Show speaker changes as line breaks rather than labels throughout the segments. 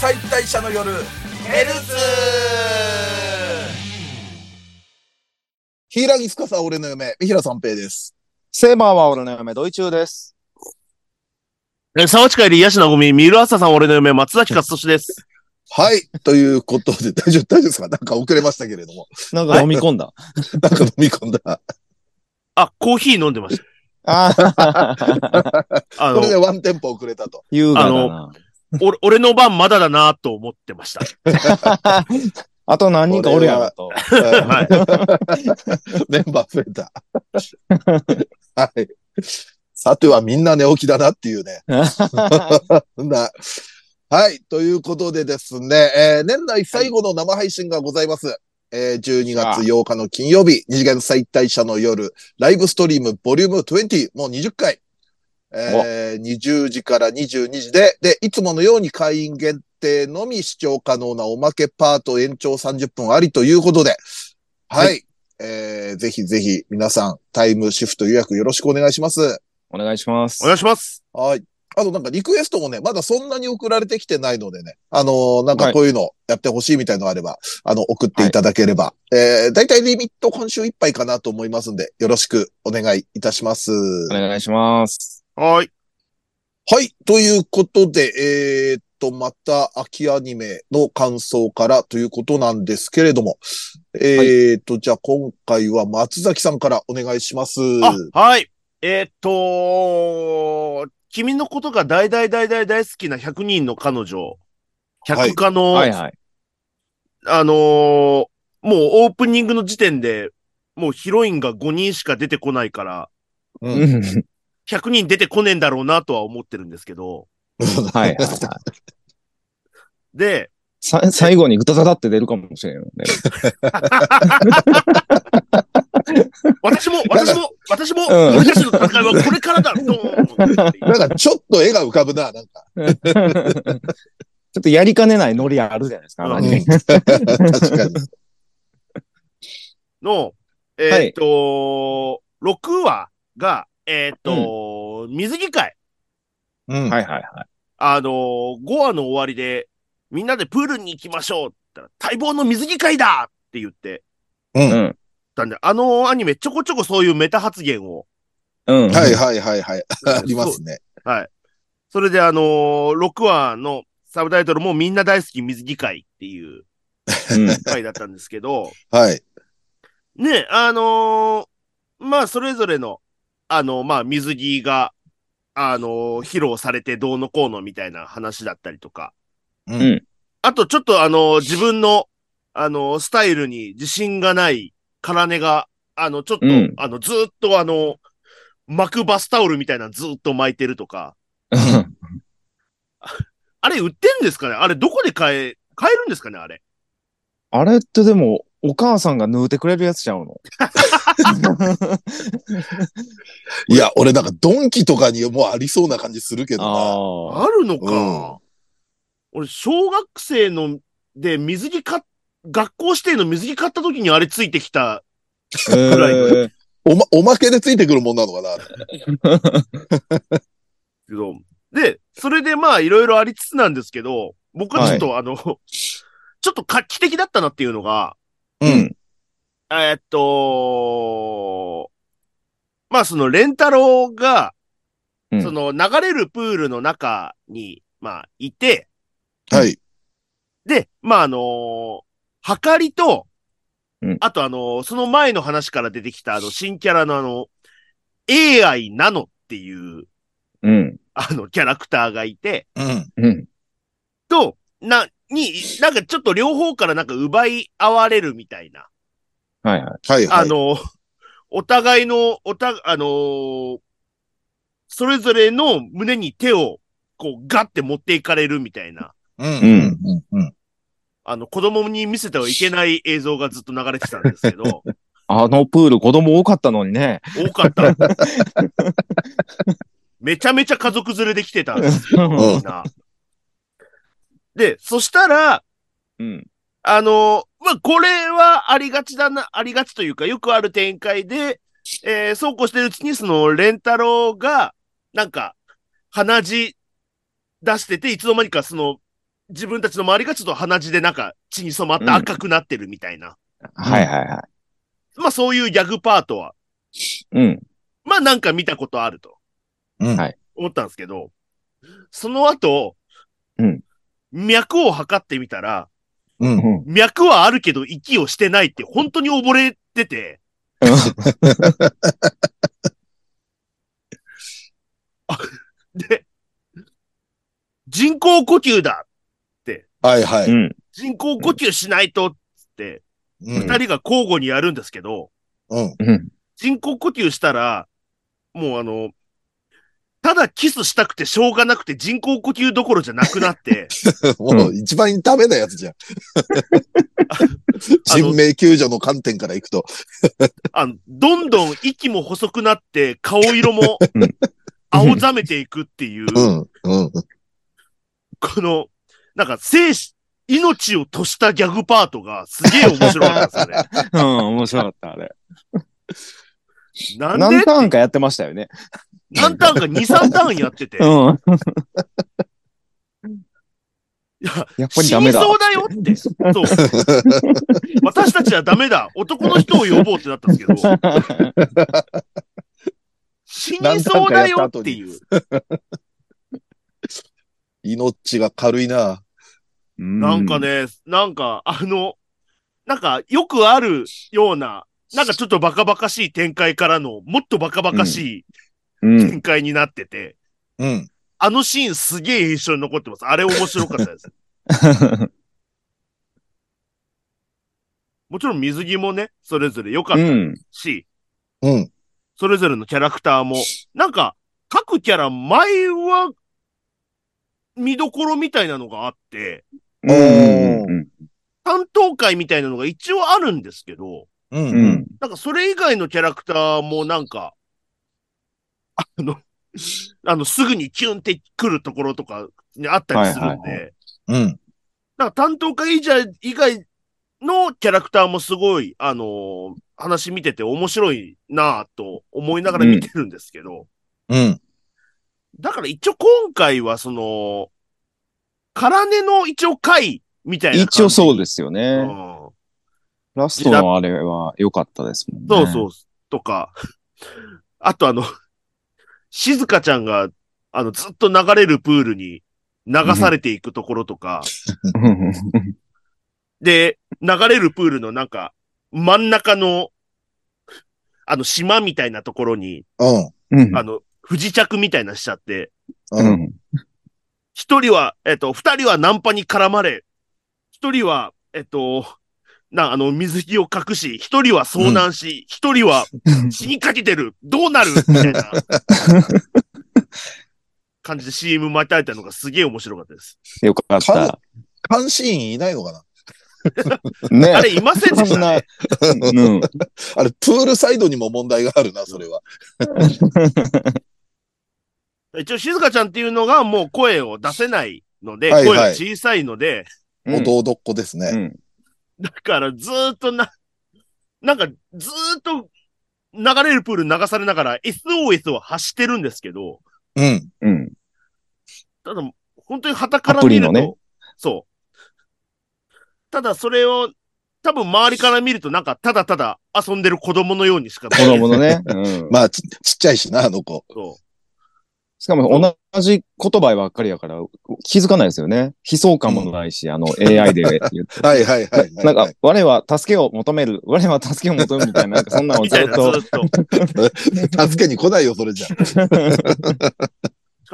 解体者の夜ヘルツ
平木司は俺の嫁、三平三平です。
セーマーは俺の嫁、ドイチューです。
え、沢近より癒しなごみ、三浦朝さん、俺の嫁、松崎勝利 です。
はい。ということで、大丈夫、大丈夫ですかなんか遅れましたけれども。
なんか飲み込んだ。
なんか飲み込んだ。
あ、コーヒー飲んでまし
あ あ、
た。あ
こ
の
れ、でワンテンポ遅れたと。
優雅だ
あ
な。
お俺の番まだだなと思ってました。
あと何人かおるやろと。
はい。
メンバー増えた。はい。さてはみんな寝起きだなっていうね。そんな。はい。ということでですね、えー年内最後の生配信がございます。えー12月8日の金曜日、二次元再退社の夜、ライブストリームボリューム20、もう20回。えー20時から22時で、で、いつものように会員限定のみ視聴可能なおまけパート延長30分ありということで、はい。えーぜひぜひ皆さん、タイムシフト予約よろしくお願いします。
お願いします
お。願いします。
はい。あとなんかリクエストもね、まだそんなに送られてきてないのでね、あのーなんかこういうのやってほしいみたいのあれば、あの、送っていただければ、えー、だいたいリミット今週いっぱいかなと思いますんで、よろしくお願いいたします。
お願いします。
はーい。
はい。ということで、えーっと、また秋アニメの感想からということなんですけれども、えーっと、じゃあ今回は松崎さんからお願いします。
あ、はい。えーっと、君のことが大大大大大好きな100人の彼女。100課の、
はいはい。
あのーもうオープニングの時点で、もうヒロインが5人しか出てこないから、
う、
うんん
100人出てこねえんだろうなとは思ってるんですけど。
はいはいは
で、
い。さ最後にグタタタって出るかもしれんよ ね。
私も、私も、私も、
うん
俺たちの戦いはこれからだ、ドー ンって
なんかちょっと絵が浮かぶな、なんか。
ちょっとやりかねないノリあるじゃないですか。
うん
あ
う
の
ん、確かに。
の、えーっと、6話が、えーっと、水着会。
うん。
はいはいは
あのー、5話の終わりで、みんなでプールに行きましょうって言ったら、待望の水着会だって言って
うん
たんで、あのアニメちょこちょこそういうメタ発言を、
い。うん。
はいはいはいはい。 ありますね。
それであのー、6話のサブタイトルもみんな大好き水着会っていう
うん。
回だったんですけど、
はい。
ね、あのーまあ、それぞれの、あのまあ、水着が、あのー披露されてどうのこうのみたいな話だったりとか。
うん
あと、ちょっとあのー自分の、あのースタイルに自信がないカラネが、あの、ちょっと、
うん
あの、ずーっとあのー巻くバスタオルみたいなのずーっと巻いてるとか。あれ売ってんですかねあれどこで買え、買えるんですかねあれ。
あれってでも、お母さんが縫うてくれるやつちゃ うの
いや、俺なんかドンキとかにもうありそうな感じするけどな。
ああ。
あるのか。俺、小学生の、で、水着買っ、学校指定の水着買った時にあれついてきた。
え
ら
ー
おま、おまけでついてくるもんなのかな。
けど、で、それでまあ、いろいろありつつなんですけど、僕はちょっと、あの、ちょっと画期的だったなっていうのが、
う
うん。
えーっと、まあ、その、レンタロウが、
うん
その、流れるプールの中に、まあ、いて、
はい。
で、まあ、あのーはかりと、
うん
あとあのーその前の話から出てきたあの、新キャラのあの、AI なのっていう、
うん。
あの、キャラクターがいて、
うん。
うん。
と、な、に、なんかちょっと両方からなんか奪い合われるみたいな、
はいはい。
はいはい。
あのーお互いの、おた、あのーそれぞれの胸に手を、こう、ガッて持っていかれるみたいな、
うん。う
うんん。
うん。うん。
あの、子供に見せてはいけない映像がずっと流れてたんですけど、
あのプール子供多かったのにね。
多かった。めちゃめちゃ家族連れで来てたんですよ、みんな。で、そしたら、
うん。
あの、まあ、これはありがちだな、ありがちというか、よくある展開で、えーそうこうしてるうちに、その、レンタロウが、なんか、鼻血出してて、いつの間にかその、自分たちの周りがちょっと鼻血でなんか血に染まって赤くなってるみたいな。
はいはいは
まあそういうギャグパートは、
い。うん。
まあなんか見たことあると
うん
はい
思ったんですけど、その後、
うん
脈を測ってみたら、
うん
う。ん。
脈はあるけど息をしてないって本当に溺れてて、で、人工呼吸だ
はいは
う
い。
ん。
人工呼吸しないとっつって、
うん
二。人が交互にやるんですけど、
うん。
うん。
人工呼吸したら、もうあの、ただキスしたくてしょうがなくて人工呼吸どころじゃなくなって、
もう一番ダメなやつじ ゃん。人命救助の観点からいくと。
あの、どんどん息も細くなって、顔色も
うん
青ざめていくっていう、
うん。うん。
この、なんか生死、命をとしたギャグパートがすげえ面白かったんで
うん。面白かった、あれ。
すよね。なん
何
で
ターンかやってましたよね。
何ターンか2、3ターンやってて、
うん。
いや
やっぱり
死
ダ
に
メだ。
そうだよって、そう。私たちはダメだ。男の人を呼ぼうってなったんですけど、死にそうだよっていう。
命が軽いな。
なんか。ね、なんか、あの、なんか、よくあるような、なんかちょっとバカバカしい展開からの、もっとバカバカし
う
い
ん。
展開になってて、
うん。
あのシーンすげえ印象に残ってます。あれ面白かったです。 もちろん水着もね、それぞれ良かっ
う
た
ん。
し、
うん。
それぞれのキャラクターも、なんか、各キャラ前は、見どころみたいなのがあって、
うん。
担当会みたいなのが一応あるんですけど、
うん。
う
うん。
ん。
なんかそれ以外のキャラクターもなんか、あの、あの、すぐにキュンってくるところとかにあったりするん
はいはい
で、
うん。
なんか担当会以外以外のキャラクターもすごい、あのー話見てて面白いなぁと思いながら見てるんですけど、
うん。
だから一応今回はその、カラネの一応会みたいな感
一
じ。。
応そうですすよ
う
ね。
ん
ラストのあれは良かったですもんね。
そうそう、とか、あとあの、静香ちゃんが、あの、ずっと流れるプールに流されていくところとか、
うん。
で、流れるプールのなんか、真ん中の、あの、島みたいなところに、
うん。
うん
あの、不時着みたいなしちゃって、
う。
うんん。
一人は、えっと、二人はナンパに絡まれ、一人は、えっと、な、あの、水着を隠し、一人は遭難し、一、人は死にかけてるどうな るみたいな感じで CM 巻いてあえたのがすげえ面白かったです。
よかった。
監視員いないのかな
ね
あれいませんで
そ
し
ん
た、
な、
ね、
うん。
あれ、プールサイドにも問題があるな、それは。
一応静香ちゃんっていうのがもう声を出せないので、
はいはい
声が小さいので、
弟っ子です
う
ね。
ん。
だからずーっとな、なんかずーっと流れるプール流されながら SOS を発してるんですけど、
うん。
うん。
ただ本当に旗から
アプ
見
リ
ると、
のね
そう。ただそれを多分周りから見るとなんかただただ遊んでる子供のようにしか見
子
えない
供のね。 うん。
まあ、ちちっちゃいしな、あの子。
そう
しかも同じ言葉ばっかりやから気づかないですよね。悲壮感もないし、あの AI で 言って。
はいはいはいはい。
なんか、我は助けを求める、我は助けを求めるみたいな、なんかそんなのを
み
ず
たい
っ
な、ず
と。
ーっと。
助けに来ないよ、それじゃ。
しか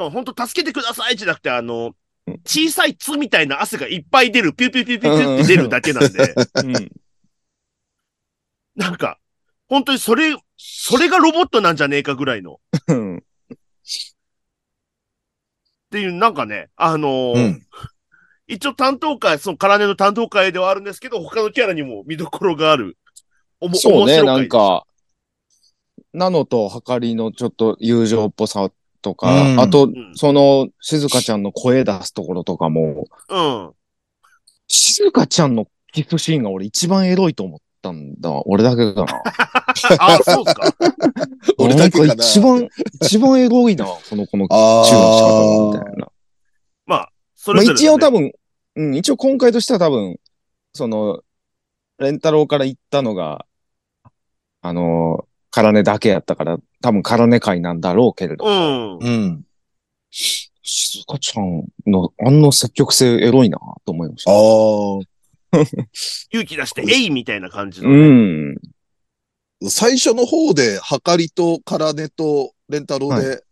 も本当助けてくださいじゃなくて、あの
うん、
小さい「つ」みたいな汗がいっぱい出る、ピュピュピュピュピュって出るだけなんで、
うん
なんか、本当にそれ、それがロボットなんじゃねえかぐらいの。っ
うん。
ていう、なんかね、あのー
うん。
一応担当会、そのカラネの担当会ではあるんですけど、他のキャラにも見どころがある。おも
そう
面
ね、
白い
なんか、ナノとハカリのちょっと友情っぽさとか、
うん
あと
ん、
その、静香ちゃんの声出すところとかも、
うん。
静香ちゃんのキスシーンが俺一番エロいと思ったんだわ。俺だけかな。
あ、そうっ すか。
俺だけかな。
ん一番、一番エロいな、その子のチューの仕
あ
方み
ー
たいな。
そ
まあ
れぞれ、ね。
一応多分、うん、一応今回としては多分、その、レンタロウから行ったのが、あの、カラネだけやったから、多分カラネ会なんだろうけれど。
うん。
うん。
静香ちゃんの、あんな積極性エロいなと思いまし
あ
た。
勇気出して、えいみたいな感じの
う
ね。
ん。
あ、最初の方で、はかりと、からねと、レンタロウで、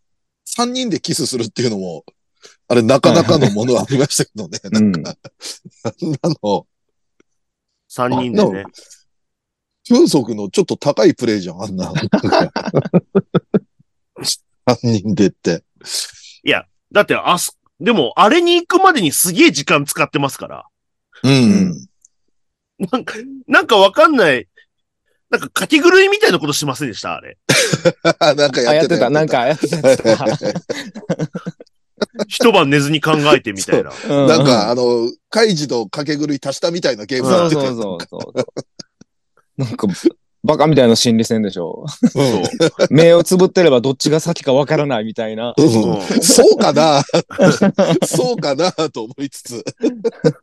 3人でキスするっていうのも、あれ、なかなかのものありましたけどね。
うん
なんか、あんなの、
三人でね。
風速のちょっと高いプレイじゃん、あ んな。3人でって。
だって、あす、でも、あれに行くまでにすげえ時間使ってますから。
うん。
なんか、なんかわかんない。なんか、書き狂いみたいなことしませんでしたあれ。
なんか
あ、
や
や
っ
ってて
た。
た、なんか、やってた。やってた
一晩寝ずに考えてみたいな。
うん
なんか、あの、カイジと掛け狂い足したみたいなゲーム
そ
や
う
ってた
そうそうそう。なんか、バカみたいな心理戦でしょ。
うん
目をつぶってればどっちが先かわからないみたいな。
うん
うん
そうかな そうかなと思いつつ。
だか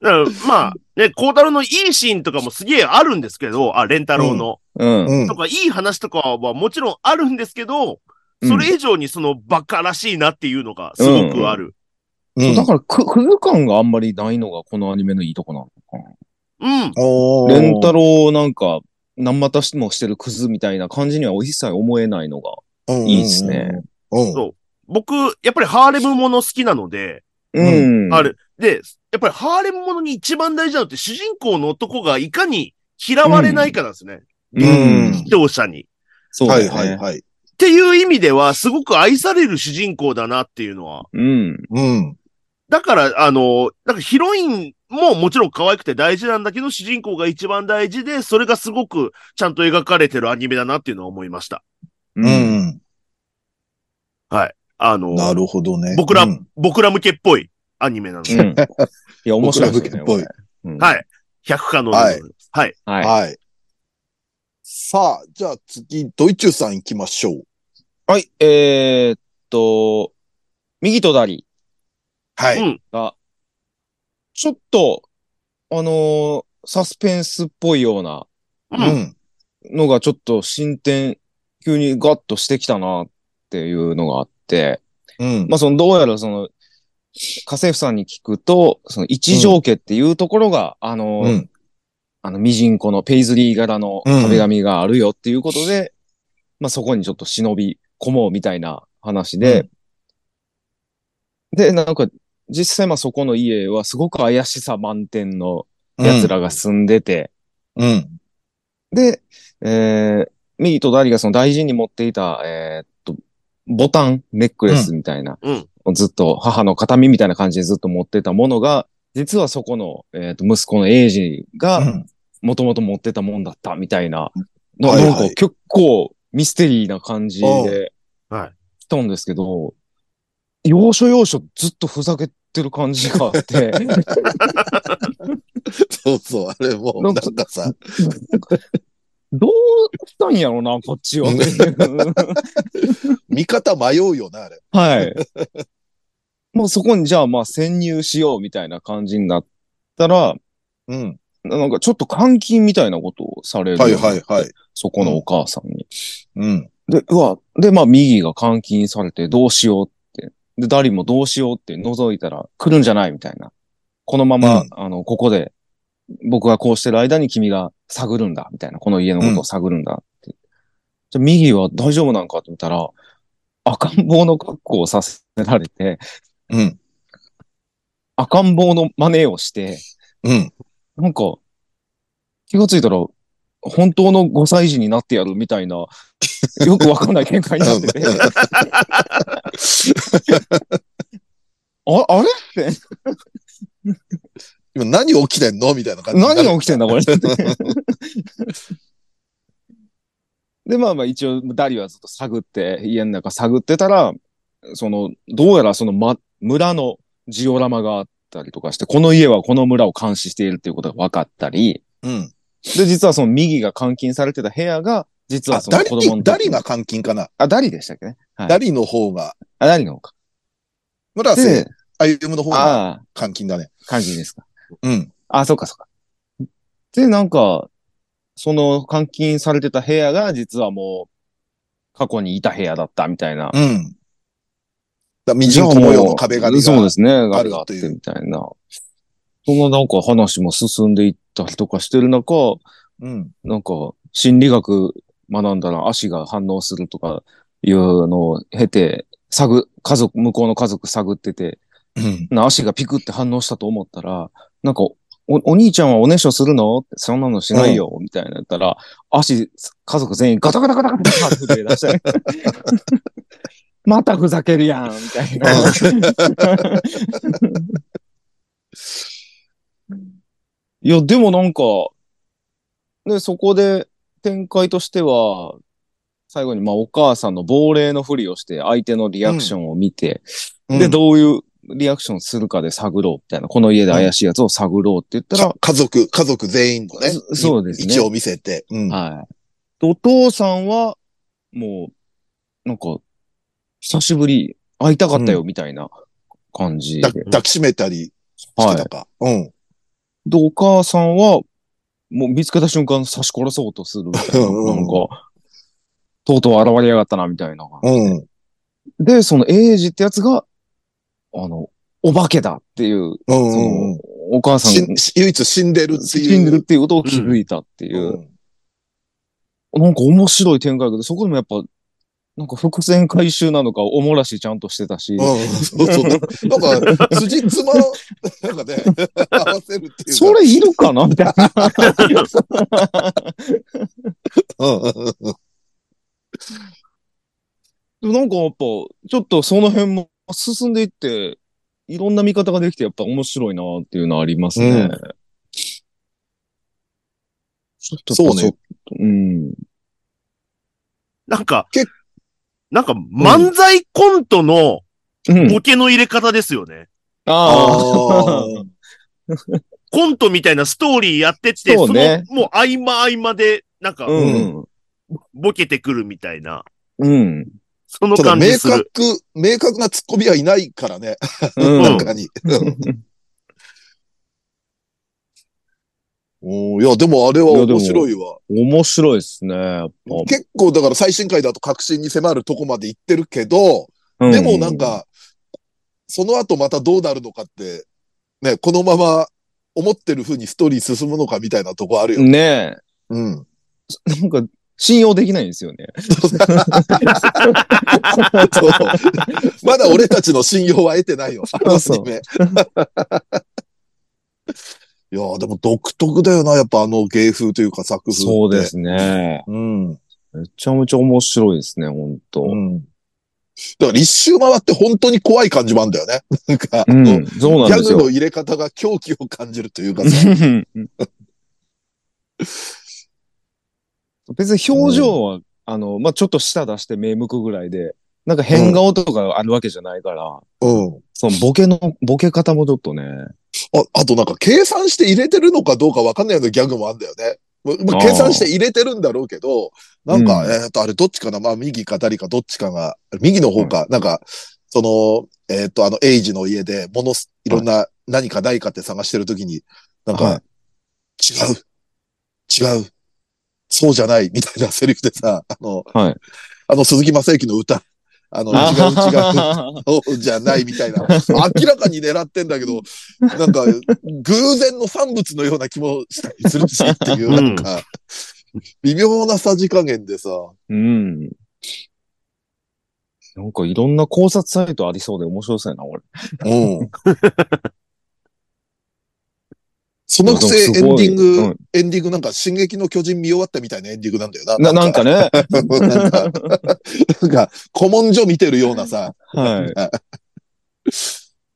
らまあ、ね、孝太郎のいいシーンとかもすげえあるんですけど、あ、レンタロウの。
うん。
うん
と。か、いい話とかはもちろんあるんですけど、それ以上にそのバカらしいなっていうのがすごくある。
うん
だから、く、クズ感があんまりないのがこのアニメのいいとこなのか
うん。
おー
な。レンタロウなんか、何またしてもしてるクズみたいな感じには一切思えないのがいいですね。。
うんうん
そう僕、やっぱりハーレムもの好きなので、
うん。
あれ、で、やっぱりハーレムものに一番大事なのって主人公の男がいかに嫌われないかなんですね。
う
うん
ん。
視聴者に。っ
そう
は
だ
い
よね。
はいはい。
ていう意味では、すごく愛される主人公だなっていうのは。
うん。
うん。
だから、あの、なんかヒロインももちろん可愛くて大事なんだけど、主人公が一番大事で、それがすごくちゃんと描かれてるアニメだなっていうのは思いました。
う。
うんん。
あの、
なるほどね。
僕ら、
うん
僕ら向けっぽいアニメなの
う
で、
ん。いや、面白いですよね。
僕ら向けっ
うん
はい100可能でございます。はい。
はい。
はい。さあ、じゃあ次、ドイチューさん行きましょう。
はい、えーっと、右と左
は
うん
い。
が、ちょっと、あのーサスペンスっぽいような
う。
うんん。
のがちょっと進展、急にガッとしてきたなっていうのがあって、
うん
まあその、どうやらその、家政婦さんに聞くと、その一条家っていうところが、あのー
うん。
あの、ミジンコのペイズリー柄の壁紙があるよっていうことで、まあそこにちょっと忍び込もうみたいな話で、で、なんか、実際まあそこの家はすごく怪しさ満点の奴らが住んでて、
うん。
で、えー、ミーとダリがその大事に持っていた、えーっと、ボタン、ネックレスみたいな、
うん
ずっと母の形見みたいな感じでずっと持ってたものが、実はそこの、えーっと、息子のエイジが、
うん
もともと持ってたもんだったみたいな、な
はいはい
なんか結構ミステリーな感じで
うんはい
来たんですけど、要所要所ずっとふざけてる感じがあ って、
そうそう、あれもう、
な
なんん
か
かさ、
どうしたんやろな、こっ ちは っていう。
見方迷うよな、あれ。
はい。もうそこにじゃあまあ潜入しようみたいな感じになったら、
うん。
なんかちょっと監禁みたいなことをされる。
はいはいはい。
そこのお母さんに。
うん。
で、うわ、で、まあ、右が監禁されてどうしようって。で、ダリもどうしようって覗いたら来るんじゃないみたいな。このまま、
うん
あの、ここで、僕がこうしてる間に君が探るんだ、みたいな。この家のことを探るんだって。じゃあ右は大丈夫なんかって見たら、赤ん坊の格好をさせられて、
うん。
赤ん坊の真似をして、
うん。
なんか、気がついたら、本当の5歳児になってやるみたいな、よ くわかんない展開になってて。 あ、あれ
今何起きてんのみたいな感じ。
何が起きてんだ、これ。で、まあまあ一応、ダリはずっと探って、家の中探ってたら、その、どうやらその、ま、村のジオラマがあったりとかして、この家はこの村を監視しているっていうことが分かったり、
うん。
で、実はその右が監禁されてた部屋が、実は
あ、
その
ダ
子供の時の
リ、ダリが監禁かな。
あ、ダリでしたっけね。はい。
ダリの方が、
あ、ダリの方か。
村瀬
で、
愛歩むの方が
ああ、
監禁だね。
感じですか。
うん。
あ、そっかそっか。で、なんか、その監禁されてた部屋が実はもう過去にいた部屋だったみたいな。
うん。だ未人模様の壁紙が。
そうですね。あ
る
るがあっ
という
てみたいな。そのなんか話も進んでいったりとかしてる中、
うん。
なんか心理学学んだら足が反応するとかいうのを経て、探、家族、向こうの家族探ってて、
うん。
な足がピクって反応したと思ったら、なんか、お、お兄ちゃんはおねしょするのって、そんなのしないよ、みたいなやったら、足、家族全員ガタガタガタガタガタって出したね またふざけるやん、みたいな。 いや、でもなんか、ね、そこで展開としては、最後に、まあ、お母さんの亡霊のふりをして、相手のリアクションを見て、で、どういうリアクションするかで探ろうみたいな。この家で怪しいやつを探ろうって言ったら
か、家族、家族全員のね。
そそうですね
一応見せて。うん。
はい。お父さんは、もう、なんか、久しぶり、会いたかったよ、みたいな感じで。
だ抱きしめたりしてたか。うん。
で、お母さんは、もう見つけた瞬間刺し殺そうとするみたいな。
うん
なんか、とうとう現れやがったな、みたいな。
うん。
で、そのエイジってやつが、あの、お化けだっていう、
う
そ
ん。う
の
ん。、
お母さん
しん唯一死んでるっていう。
死んでるっていうことを気づいたっていう。
うん。
なんか面白い展開だけど、そこでもやっぱ、なんか伏線回収なのか、おもらしちゃんとしてたし、
うん、そうそう。なんか、辻褄を、なんかね、 合わせるっていうか。
それいるかなみたいな。
うんうんうん
なんかやっぱ、ちょっとその辺も進んでいって、いろんな見方ができて、やっぱ面白いなっていうのはありますね。
うん
ちょっと
そうね。
うん。
なんか
け、
なんか漫才コントの
うん。
ボケの入れ方ですよね。
あ
あー
コントみたいなストーリーやってって、
そ
そう
ね
の、もう合間合間で、なんか
あ。、うん。
ボケてくるみたいな、
うん。
その
ただ
感じ
明
する。
確、明確なツッコミはいないからね、
うん。
中に。 うんいや、でもあれはい
やでも
面白いわ。
面白いですね。やっぱ
結構だから最新回だと確信に迫るとこまで行ってるけど、でもなん、か、その後またどうなるのかって、ね、このまま思ってる風にストーリー進むのかみたいなとこある
う
よ。
んね
うん。
え。なんか、信用できないんですよね。
そう。 まだ俺たちの信用は得て ないよ。あのアニメ。いやーでも独特だよな、やっぱあの芸風というか作風って。
そうで。すね。
うん。
めちゃめちゃ面白いですね、ほんと。
うん。だから一周回って本当に怖い感じもあるんだよね。なんか、
う
あの
ん、そうなん
ギャ
です
グ
よ
の。入れ方が狂気を感じるというかさ。
別に表情は、あの、まあ、ちょっと舌出して目向くぐらいで、なんか変顔とかあるわけじゃないから、
うん。
そのボケの、ボケ方もちょっとね。
あ、あとなんか計算して入れてるのかどうかわかんないようなギャグもあるんだよね。まま
あ
あ、
ー
計算して入れてるんだろうけど、なんか、
うん
えっと、あれどっちかなまあ、右か左かどっちかが、右の方か、なんか、その、えっ、と、あの、エイジの家で、ものす、いろんな、何かないかって探してるときに、なんか、
は
違う違うそうじゃないみたいなセリフでさ、あの、
はい
あの、鈴木正幸の歌、あの、違う違う。そうじゃないみたいな。明らかに狙ってんだけど、なんか、偶然の産物のような気もしたりするしっていう、
う
なんんか、微妙なさじ加減でさ、
うん。なんかいろんな考察サイトありそうで面白そうやな、俺。
うん。そのく
いや
せ
でも
エ
す
ンディ
ごい
ング、
うん
エンディングなんか、進撃の巨人見終わったみたいなエンディングなんだ よな。
な、なんかね。
なんか、なんか、なんか古文書見てるようなさ、
はい。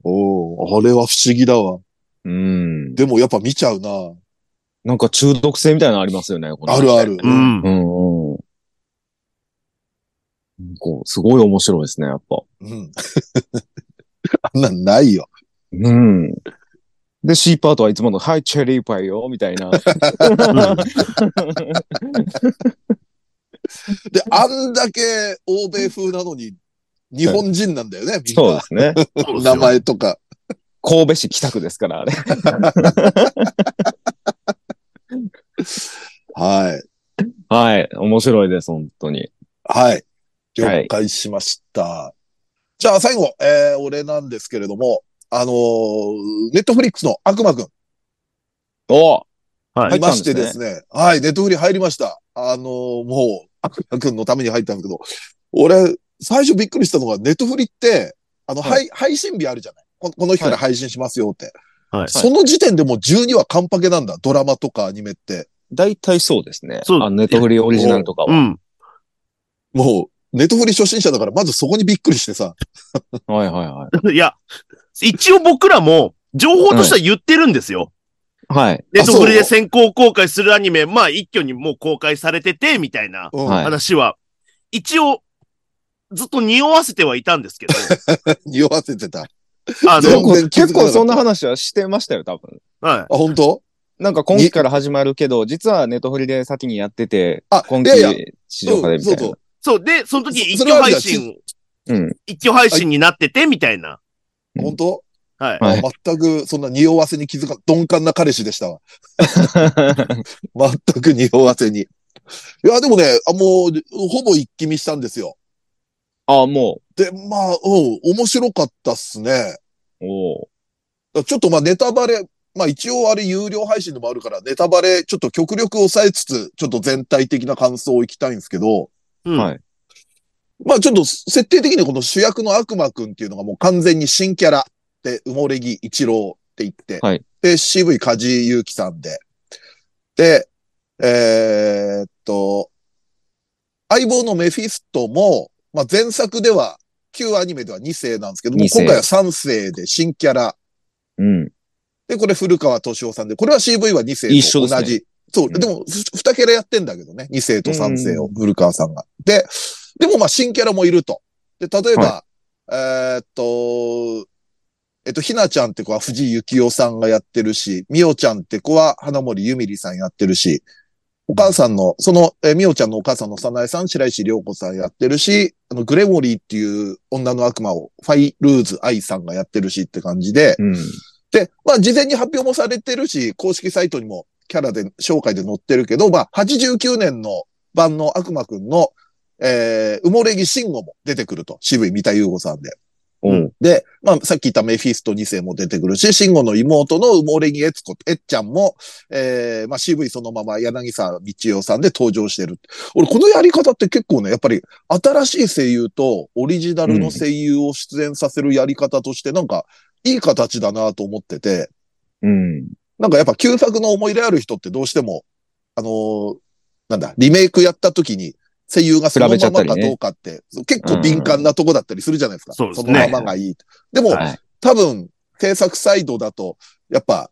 おおあれは不思議だわ。
うん。
でもやっぱ見ちゃうな。
なんか中毒性みたいなのありますよね、この
あるある。
うん
う。んうん。なんかすごい面白いですね、やっぱ。
うん。 あんなんないよ。
うん。で、C パートはいつもの、はい、チェリーパイよ、みたいな。
で、あんだけ欧米風なのに、日本人なんだよね、みん
そうで
な。
すね。
そうですよ
名前とか。
神戸市北区ですから、あれ。
はい。
はい。面白いです、本当に。
はい。
はい
了解しました。じゃあ最後、えー、俺なんですけれども、あのネットフリックスの悪魔くん、
お
はい
いましてですね、はい、ネットフリ入りました。あのーもう、悪魔くんのために入ったんだけど、俺、最初びっくりしたのが、ネットフリって、あの、
は
はい、配信日あるじゃないここの日から配信しますよって。
はい
その時点でもう12話完パケなんだ。ドラマとかアニメって。
大体そうですね。
そう
あのネットフリーオリジナルとか
う
は。
ん。
もう、ネットフリ初心者だから、まずそこにびっくりしてさ。
はいはいはい
や、一応僕らも、情報としては言ってるんですよ。
い。はい。
ネットフリで
あそ
先行公開するアニメ、まあ一挙にもう公開されてて、みたいな
うん
はい
話は、一応、ずっと匂わせてはいたんです けど、
匂わせてた。あ、
あ
全
の、
然気づかなかった
結構そんな話はしてましたよ、多分。
はい。
本当
なんか今期から始まるけど、実はネットフリで先にやってて、
あ、
今
いやいや、
期地上波でみたい
うんそう
な
そ。
そう、で、その時
そ
一
それ
挙
は
配信、
うん。
一挙配信になってて、みたいな。
うん
本当、
はい。
はい
あ全くそんな匂わせに気づか、鈍感な彼氏でしたわ。全く匂わせに。いや、でもね、あもう、ほぼ一気見したんですよ。
あ、も
で、まあ、うん、面白かったっすね。だか
う。おー
らちょっとまあネタバレ、まあ一応あれ有料配信でもあるから、ネタバレちょっと極力抑えつつ、ちょっと全体的な感想をいきたいんですけど、
うん
はい
まあちょっと設定的にこの主役の悪魔くんっていうのがもう完全に新キャラで、埋もれ木一郎って言って、
はい
で、渋い梶井祐樹さんで、で、えーっと、相棒のメフィストも、まあ前作では、旧アニメでは2世なんですけども、
二世
今回は3世で新キャラ。
うん。
で、これ古川敏夫さんで、これは CV は2世と同じ。
一緒ですね
そう、
うん
でも、2キャラやってんだけどね。2世と3世を、
うん
古川さんが。で、でもまあ新キャラもいると。で、例えば、えーっと、えっと、ひなちゃんって子は藤井幸雄さんがやってるし、みおちゃんって子は花森ゆみりさんやってるし、お母さんの、その、えーみおちゃんのお母さんのさなえさん、白石涼子さんやってるし、あの、グレモリーっていう女の悪魔を、ファイルーズ愛さんがやってるしって感じで、
うん。
で、まあ事前に発表もされてるし、公式サイトにもキャラで紹介で載ってるけど、まあ89年の版の悪魔くんの、えー、埋もれ木慎吾も出てくると。渋い三田優吾さんで。
おう。
で、まあさっき言ったメフィスト2世も出てくるし、慎吾の妹の埋もれ木悦子、えっちゃんも、えー、まあ渋いそのまま柳沢道夫さんで登場してる。俺このやり方って結構ね、やっぱり新しい声優とオリジナルの声優を出演させるやり方としてなんかいい形だなと思ってて、
うん。
なんかやっぱ旧作の思い入れある人ってどうしても、あのーなんだ、リメイクやった時に声優がその
比べちゃ
ま
っ
ま
たり
か
ね
どうかって、そう結構敏感なとこだったりするじゃないですか。
そうですね
のままがいい。でも、
はい
多分、制作サイドだと、やっぱ、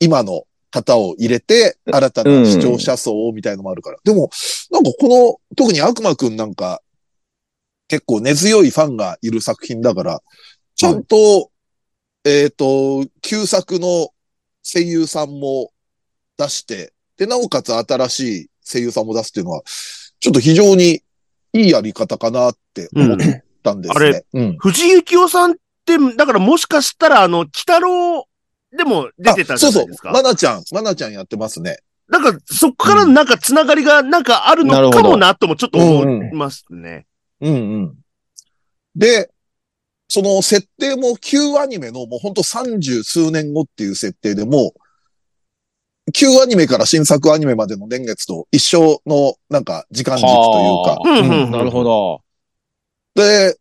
今の方を入れて、新たな視聴者層をみたいのもあるから。でも、なんかこの、特に悪魔くんなんか、結構根強いファンがいる作品だから、ちゃんと、えっ、と、旧作の声優さんも出して、で、なおかつ新しい声優さんも出すっていうのは、ちょっと非常にいいやり方かなって思ったんですね。うん。
藤井幸雄さんって、だからもしかしたら、あの、北郎でも出てたじゃないです
あそうそ
か。
う。まなちゃん、まなちゃんやってますね。
なんか、そこからのなんかつながりが、なんかあるのかもなともちょっと思いますね。
うんうん。で、その設定も旧アニメのもうほんと三十数年後っていう設定でもう、旧アニメから新作アニメまでの年月と一緒のなんか時間軸というか。
うんうん
うん
なるほど。
で、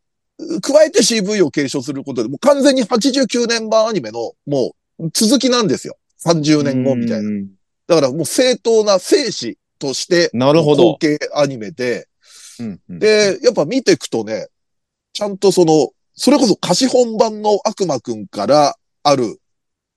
加えて CV を継承することで、もう完全に89年版アニメのもう続きなんですよ。30年後みたいな。
うん
だからもう正当な生死として、
なるほど
後継アニメで、
うんうん
で、やっぱ見ていくとね、ちゃんとその、それこそ貸本版の悪魔くんからある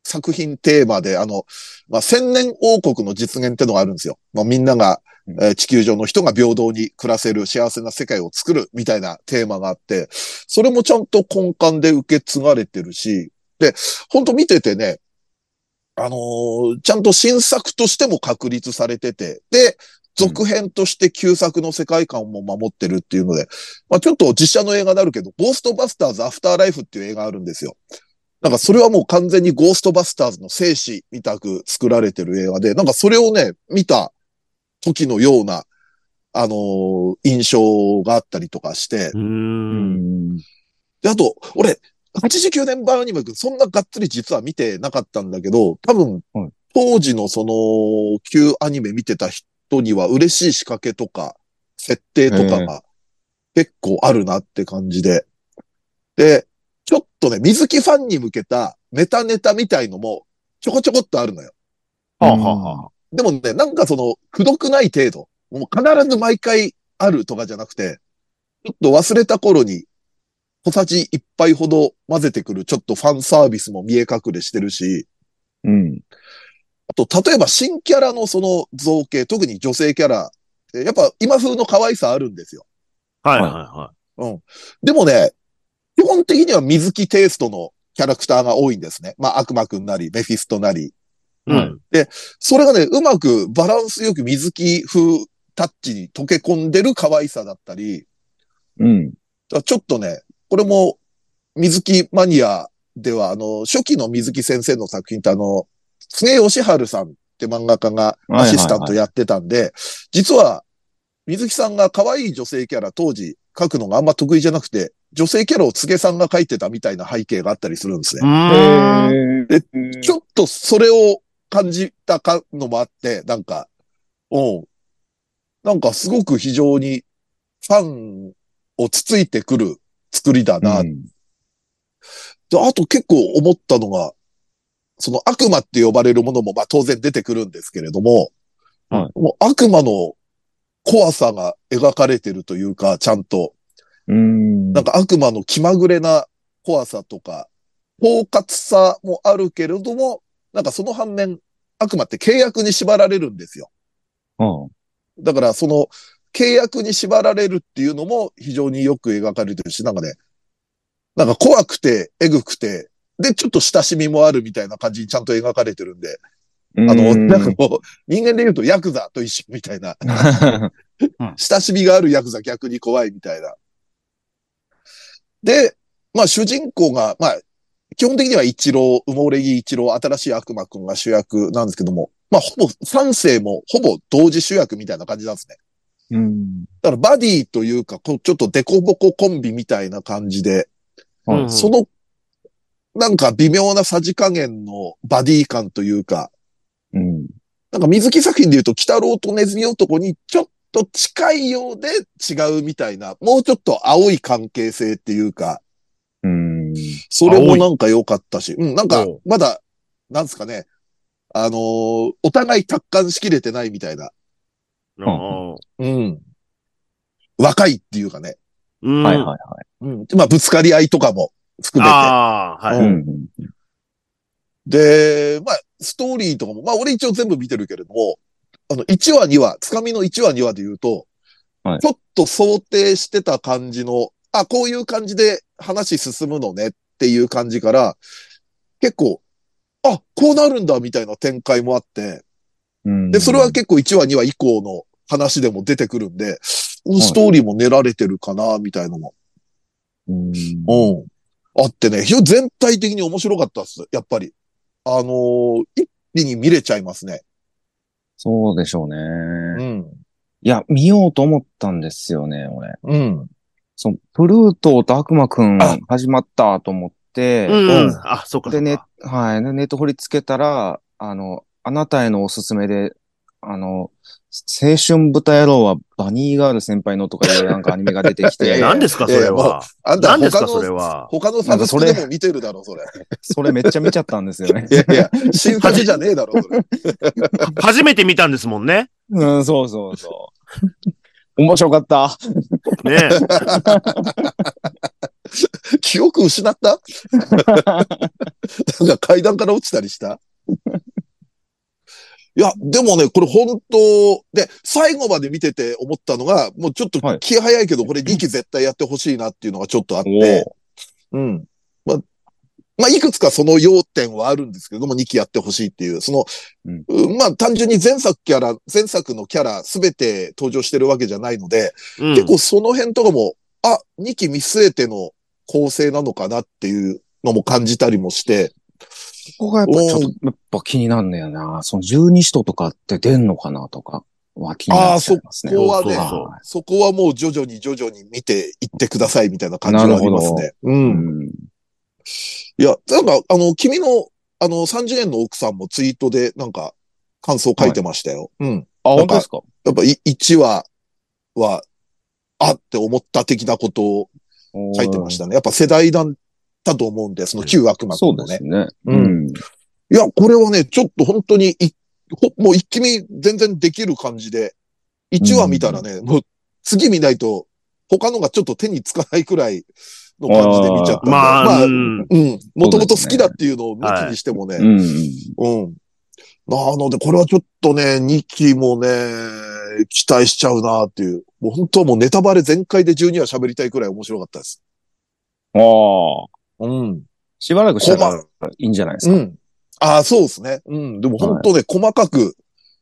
作品テーマで、あの、まあ、千年王国の実現ってのがあるんですよ。まあ、みんなが、
うん
えー地球上の人が平等に暮らせる幸せな世界を作るみたいなテーマがあって、それもちゃんと根幹で受け継がれてるし、で、ほんと見ててね、あのーちゃんと新作としても確立されてて、で、続編として旧作の世界観も守ってるっていうので、まあちょっと実写の映画になるけど、ゴーストバスターズアフターライフっていう映画あるんですよ。なんかそれはもう完全にゴーストバスターズの生死みたく作られてる映画で、なんかそれをね、見た時のような、あのー印象があったりとかして
う、。
うんん。
で、あと、俺、89年版アニメ、そんながっつり実は見てなかったんだけど、多分
はい、
当時のその、旧アニメ見てた人には嬉しい仕掛けとか、設定とかが結構あるなって感じで。で、ちょっとね、水木ファンに向けたメタネタみたいのもちょこちょこっとあるのよ。
はあ、はあはあ、
でもね、なんかその、くどくない程度、もう必ず毎回あるとかじゃなくて、ちょっと忘れた頃に、小さじ一杯ほど混ぜてくる、ちょっとファンサービスも見え隠れしてるし、
うん。
あと、例えば新キャラのその造形、特に女性キャラ、えやっぱ今風の可愛さあるんですよ。
はいはいは
でもね、基本的には水木テイストのキャラクターが多いんですね。まあ、悪魔くんなり、メフィストなり、
い。うん。
それがね、うまくバランスよく水木風タッチに溶け込んでる可愛さだったり、
うん。
だからちょっとね、これも水木マニアでは、あの、初期の水木先生の作品ってあの、常義春さんって漫画家がアシスタントやってたんで、実は水木さんが可愛い女性キャラ当時描くのがあんま得意じゃなくて、女性キャラを柘さんが描いてたみたいな背景があったりするんですね。
うん。
え
ちょっとそれを感じたかのもあって、なんか、うん。なんかすごく非常にファンをつついてくる作りだな。であと結構思ったのが、その悪魔って呼ばれるものもまあ当然出てくるんですけれども、
は
もう悪魔の怖さが描かれてるというか、ちゃんと、
うん。
なんか悪魔の気まぐれな怖さとか、包括さもあるけれども、なんかその反面、悪魔って契約に縛られるんですよ。
うん、
だからその契約に縛られるっていうのも非常によく描かれてるし、なんかね、なんか怖くて、えぐくて、で、ちょっと親しみもあるみたいな感じにちゃんと描かれてるんで、あの、なんかこう、人間で言うとヤクザと一緒みたいな、
か、
親しみがあるヤクザ逆に怖いみたいな。で、まあ主人公が、まあ、基本的には一郎、埋もれ木一郎、新しい悪魔くんが主役なんですけども、まあほぼ、三世もほぼ同時主役みたいな感じなんですね。
うん。
だからバディというか、こうちょっとデコボココンビみたいな感じで、
はい
うん
その、なんか微妙なさじ加減のバディ感というか、
うん。
なんか水木作品で言うと、鬼太郎とネズミ男にちょっと近いようで違うみたいな、もうちょっと青い関係性っていうか、
うん。
それもなんか良かったし、うん、なんか
おう、
まだ、なんですかね、あのーお互い達観しきれてないみたいな、
ああ
うん。若いっていうかね、
うん。
はいはいはい。
うん。まあ、ぶつかり合いとかも含めて、
ああ、はい。
ん。
で、まあ、ストーリーとかも、まあ、俺一応全部見てるけれども、あの、1話、2話、つかみの1話、2話で言うと、
はい
ちょっと想定してた感じの、あ、こういう感じで話進むのねっていう感じから、結構、あ、こうなるんだみたいな展開もあって、
うん
で、それは結構1話、2話以降の話でも出てくるんで、
い
ストーリーも練られてるかな、みたいなのも。
うん
うん。あってね、非常に全体的に面白かったっす、やっぱり。あのー一気に見れちゃいますね。
そうでしょう
う
ね。
ん。
いや、見ようと思ったんですよね、俺。
うん。
その、プルートと悪魔くん
あ
始まったと思って、
うん
うん。
あ、そうか。
で
そう
ね
か、
はい。でネット掘りつけたら、あの、あなたへのおすすめで、あの、青春豚野郎はバニーガール先輩のとかいうなんかアニメが出て き
いやい
て
や、
何ですか、それ
いやも
は。
あんた
何です
他
か、それ
の、
は。
他のサブスクでも見てるだろ、それ。
それめっちゃ見ちゃったんですよね。
いやいや、新作じゃねえだろ、それ。
初めて見たんですもんね。
うん、そうそうそう。面白かった。
ねえ。
記憶失ったなんか階段から落ちたりしたいや、でもね、これ本当、で、最後まで見てて思ったのが、もうちょっと
はい
気早いけど、これ2期絶対やってほしいなっていうのがちょっとあっ
お
て、うん。まあ、まあ、いくつかその要点はあるんですけれども、2期やってほしいっていう、その、
うん
うんまあ、単純に前作キャラ、前作のキャラすべて登場してるわけじゃないので、
うん
結構その辺とかも、あ、2期見据えての構成なのかなっていうのも感じたりもして、
ここがやっぱちょっと、やっぱ気になんねやな。その十二使徒とかって出んのかなとかは気になっちゃいますね。
あーそこはね
は
そこはもう徐々に徐々に見ていってくださいみたいな感じがあります
な
ね。う。
いうんん。
いや、なんか、あの、君の、あの、30年の奥さんもツイートで、なんか、感想書いてましたよ。うん。
あ、
な
本
んか
当ですか
やっぱ、い1話は、あって思った的なことを書いてましたね。やっぱ世代だったと思うんで、その旧悪魔君
そう
の
で
ね
す。ね。
うん
ん。
いや、これはね、ちょっと本当にい、ほもう一気見全然できる感じで、1話見たらね、もう次見ないと、他のがちょっと手につかないくらいの感じで見ちゃったんで。
まあ、
まあ、
う
うん、
ん。
もともと好きだっていうのを抜きにしてもね、
うん。
うん。なので、これはちょっとね、2期もね、期待しちゃうなっていう。もう本当はもうネタバレ全開で12話喋りたいくらい面白かったです。
ああ。
うん。
しばらくしたら
細
いいんじゃないです
う
か。
ん。ああ、そうですね。うん。でも本当ね、細かく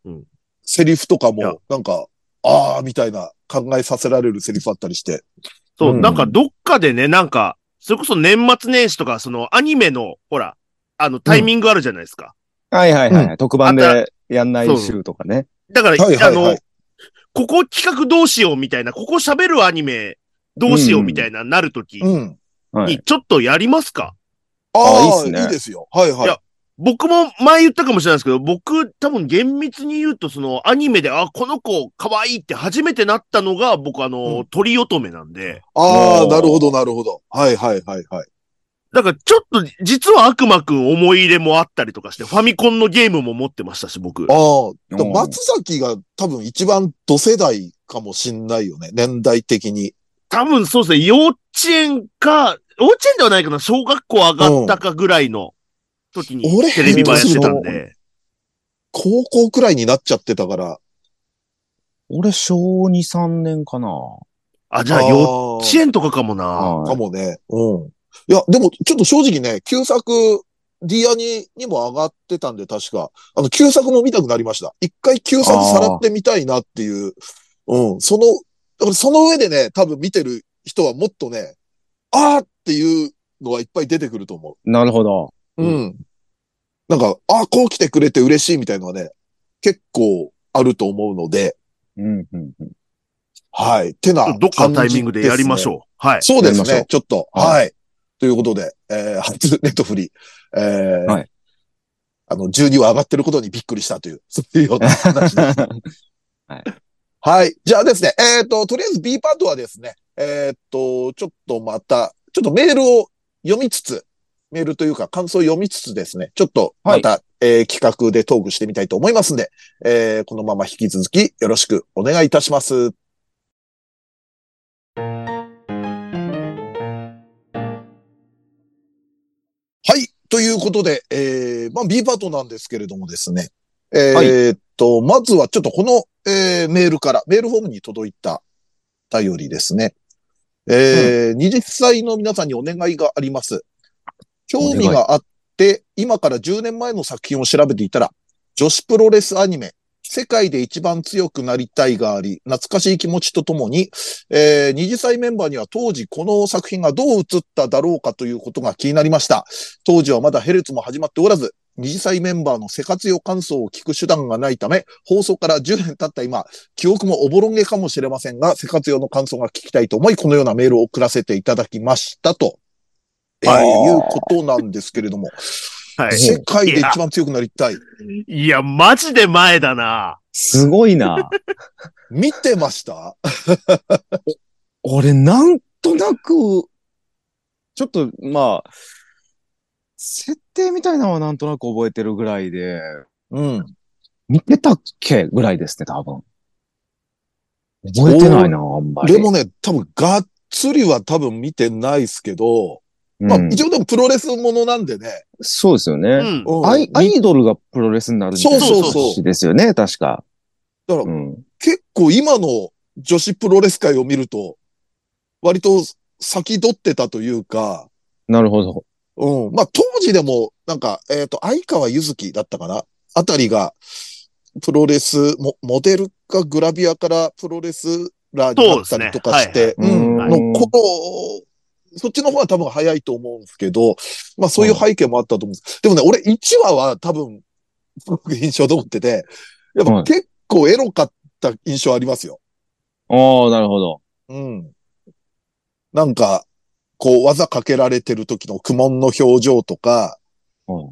うん、
セリフとか
いや
も、なんか、ああ、みたいな考えさせられるセリフあったりして。
そう、
うん
なんかどっかでね、なんか、それこそ年末年始とか、そのアニメの、ほら、あの、タイミングあるじゃないですか。
はいはいはい。特番
あ
でやんない週とかね。
だか
は
ら、
いはいは
あの
い、
ここ企画どうしようみたいな、ここ喋るアニメどうしようみたいな、なるとき
うん。
は
に
い。
ちょっとやりますか、
あ
あ
あ
あ、
いいっすね
いいですよ。はいはいい。
や僕も前言ったかもしれないですけど、僕多分厳密に言うと、そのアニメで、あ、この子可愛いって初めてなったのが、僕あの、
うん
鳥乙女なんで、
ああ、
もう
なるほど、なるほど。はいはいはいはい。
だからちょっと実は悪魔くん思い入れもあったりとかして、ファミコンのゲームも持ってましたし、僕。
ああ、で
うん
も松崎が多分一番土世代かもしんないよね。年代的に。
多分そうですね、幼稚園か、幼稚園ではないかな、小学校上がったかぐらいの時に
俺
テレビ版やってたんで。
高校くらいになっちゃってたから。
俺、小二三年かな。
あ、じゃあ幼
幼
稚園とかかもな。
か
はい
もね。うん。いや、でも、ちょっと正直ね、旧作、D アニにも上がってたんで、確か。あの、旧作も見たくなりました。一回旧作さらってみたいなっていう。うん。その、だからその上でね、多分見てる人はもっとね、あーっていうのはいっぱい出てくると思
なるほど。
う。うん。なんか、あーこう来てくれて嬉しいみたいのはね、結構あると思うので、
うん、うん、うん。
はい。てな、
どっかのタイミングでやりましょう。はい。
そうです
やりましょ
ね
う。
ちょっと。
はい
はい。ということで、えー、 初ネットフリー、えー、
はい
あの、12話上がってることにびっくりしたという、そういうような話ではい。じゃあですね、えっ、と、とりあえず B パートはですね、えっ、と、ちょっとまた、ちょっとメールを読みつつ、メールというか感想を読みつつですね、ちょっとまた、えー企画でトークしてみたいと思いますんで、えー、このまま引き続きよろしくお願いいたします。はい。ということで、えー、まあ B パートなんですけれどもですね。えー
はい
えーっと、まずはちょっとこの、えーメールから、メールフォームに届いた頼りですね。えー20歳の皆さんにお願いがあります。興味があって、今から10年前の作品を調べていたら、女子プロレスアニメ、世界で一番強くなりたいがあり、懐かしい気持ちとともに、えー、二次祭メンバーには当時この作品がどう映っただろうかということが気になりました。当時はまだヘルツも始まっておらず、二次祭メンバーの生活用感想を聞く手段がないため、放送から10年経った今、記憶もおぼろげかもしれませんが、生活用の感想が聞きたいと思い、このようなメールを送らせていただきましたと。えー
あー
いうことなんですけれども、
はい。
世界で一番強くなりたい。
いや、マジで前だな。
すごいな。
見てました
俺、なんとなく、ちょっと、まあ、設定みたいなのはなんとなく覚えてるぐらいで、
うん。
見てたっけぐらいですね、多分。覚えてないな、あんまり。
でもね、多分がっつりは多分見てないですけど、
うん、
まあ一応でもプロレスものなんでね。
そうですよね。
うん。
うん
アイアイドルがプロレスになるみたいな
そうそうそう
話ですよね、確か。
だから
うん。
結構今の女子プロレス界を見ると、割と先取ってたというか、
なるほど。
うん。まあ当時でも、なんか、えっ、と、相川ゆずきだったかなあたりが、プロレスも、モデルかグラビアからプロレスラーになったりとかして、
そうですねはいはい
うん。
うん
の頃そっちの方は多分早いと思うんですけど、まあそういう背景もあったと思うんです。でもね、俺1話は多分、すごく印象と思ってて、やっ
は
ぱ
い
結構エロかった印象ありますよ。
おー、なるほど。
うん。なんか、こう技かけられてる時の苦悶の表情とか、
うん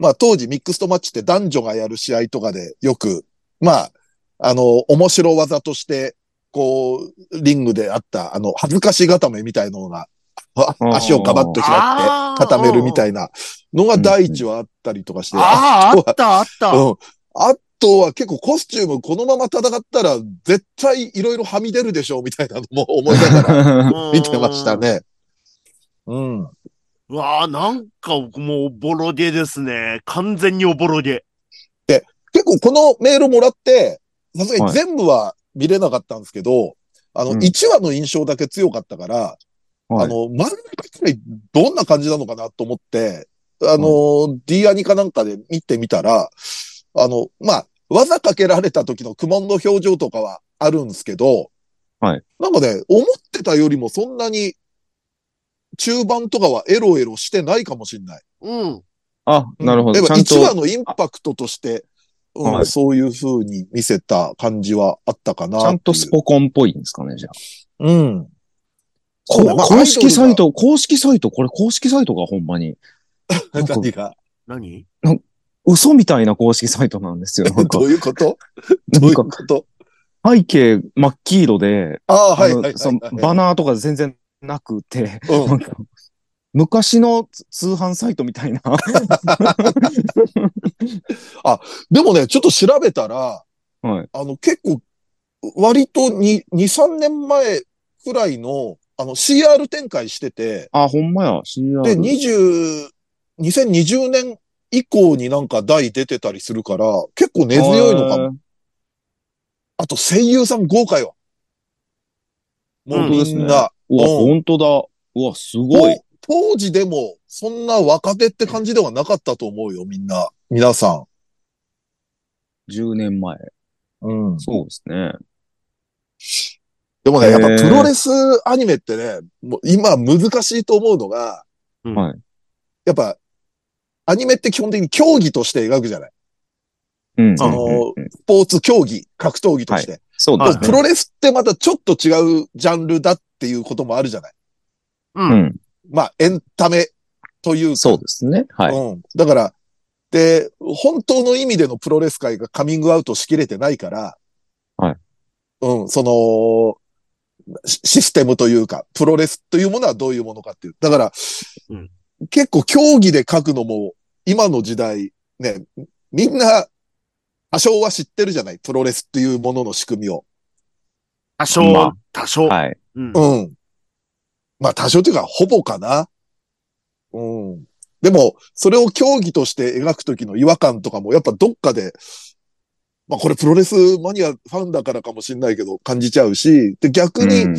まあ当時ミックストマッチって男女がやる試合とかでよく、まあ、あの、面白技として、こう、リングであった、あの、恥ずかし固めみたいのが、あ
うん
足をガバッと開いて
あー
固めるみたいなのが第一はあったりとかして、
ああ、あった、あった。
うん。あとは結構コスチュームこのまま戦ったら絶対いろいろはみ出るでしょうみたいなのも思いながら見てましたね。うん。
うわあ、なんかもうおぼろげですね。完全におぼろげ。
結構このメールもらって、さすがに全部は見れなかったんですけど、あの、
うん
1話の印象だけ強かったから、
はい
あの、真ん中くらいどんな感じなのかなと思って、あの、D アニかなんかで見てみたら、あの、まあ、技かけられた時の苦悶の表情とかはあるんですけど、
はい
なんかね、思ってたよりもそんなに、中盤とかはエロエロしてないかもしれない。
うん。
あ、なるほ
や
ど。
っ
ち
ぱ
ゃん
1話
と。
のインパクトとして、うん
はい
そういう風に見せた感じはあったかな
ちゃんとス
っていう
ポコンっぽいんですかね、じゃあ。
うん。
こ
そうねまあ
公式サイト、公式サイト、これ公式サイトか、ほんまに。
アイドルが何が
何
嘘みたいな公式サイトなんですよ。なんか
ど、ういうことどう
ないん
う
か
こと
背景真っ黄色で、
ああ、
あ
はいはいはい
のその
はい。
バナーとか全然なくて、
うん
なんか昔のつ通販サイト みたいな。
でもね、ちょっと調べたら、
はい
あの、結構、割とに2、3年前くらいの、あの、CR 展開してて、
あ、ほんまや。CR
で、20、2020年以降になんか台出てたりするから、結構根強いのかも。あと声優さん豪華よ。もう
本
当で
み
すね
んな、
う
う
わ、
ん
ほんとだ。うわ、すごい
と。当時でもそんな若手って感じではなかったと思うよ、みんな。皆さ
10年前。
ん。うん。
そうですね。
でもね、
へ
や
ー
っぱプロレスアニメってね、もう今難しいと思うのが、
うん
はい
やっぱ、アニメって基本的に競技として描くじゃない
うん。
あの
うんうん
スポーツ競技、格闘技として。
そう
で
で
も
すね。
プロレスってまたちょっと違うジャンルだっていうこともあるじゃない
うん。
まあ、エンタメというか
そうですね。はい。
うん。だから、で、本当の意味でのプロレス界がカミングアウトしきれてないから、
はい。
うん、その、シシステムというか、プロレスというものはどういうものかっていう。だから、
うん
結構競技で書くのも、今の時代、ね、みんな、多少は知ってるじゃないプロレスっていうものの仕組みを。
多少、
まあ
多少。
はい。
うん
うん。まあ多少というか、ほぼかな。うん。でも、それを競技として描くときの違和感とかも、やっぱどっかで、まあこれプロレスマニアファンだからかもしれないけど、感じちゃうし、で、逆
う
に
ん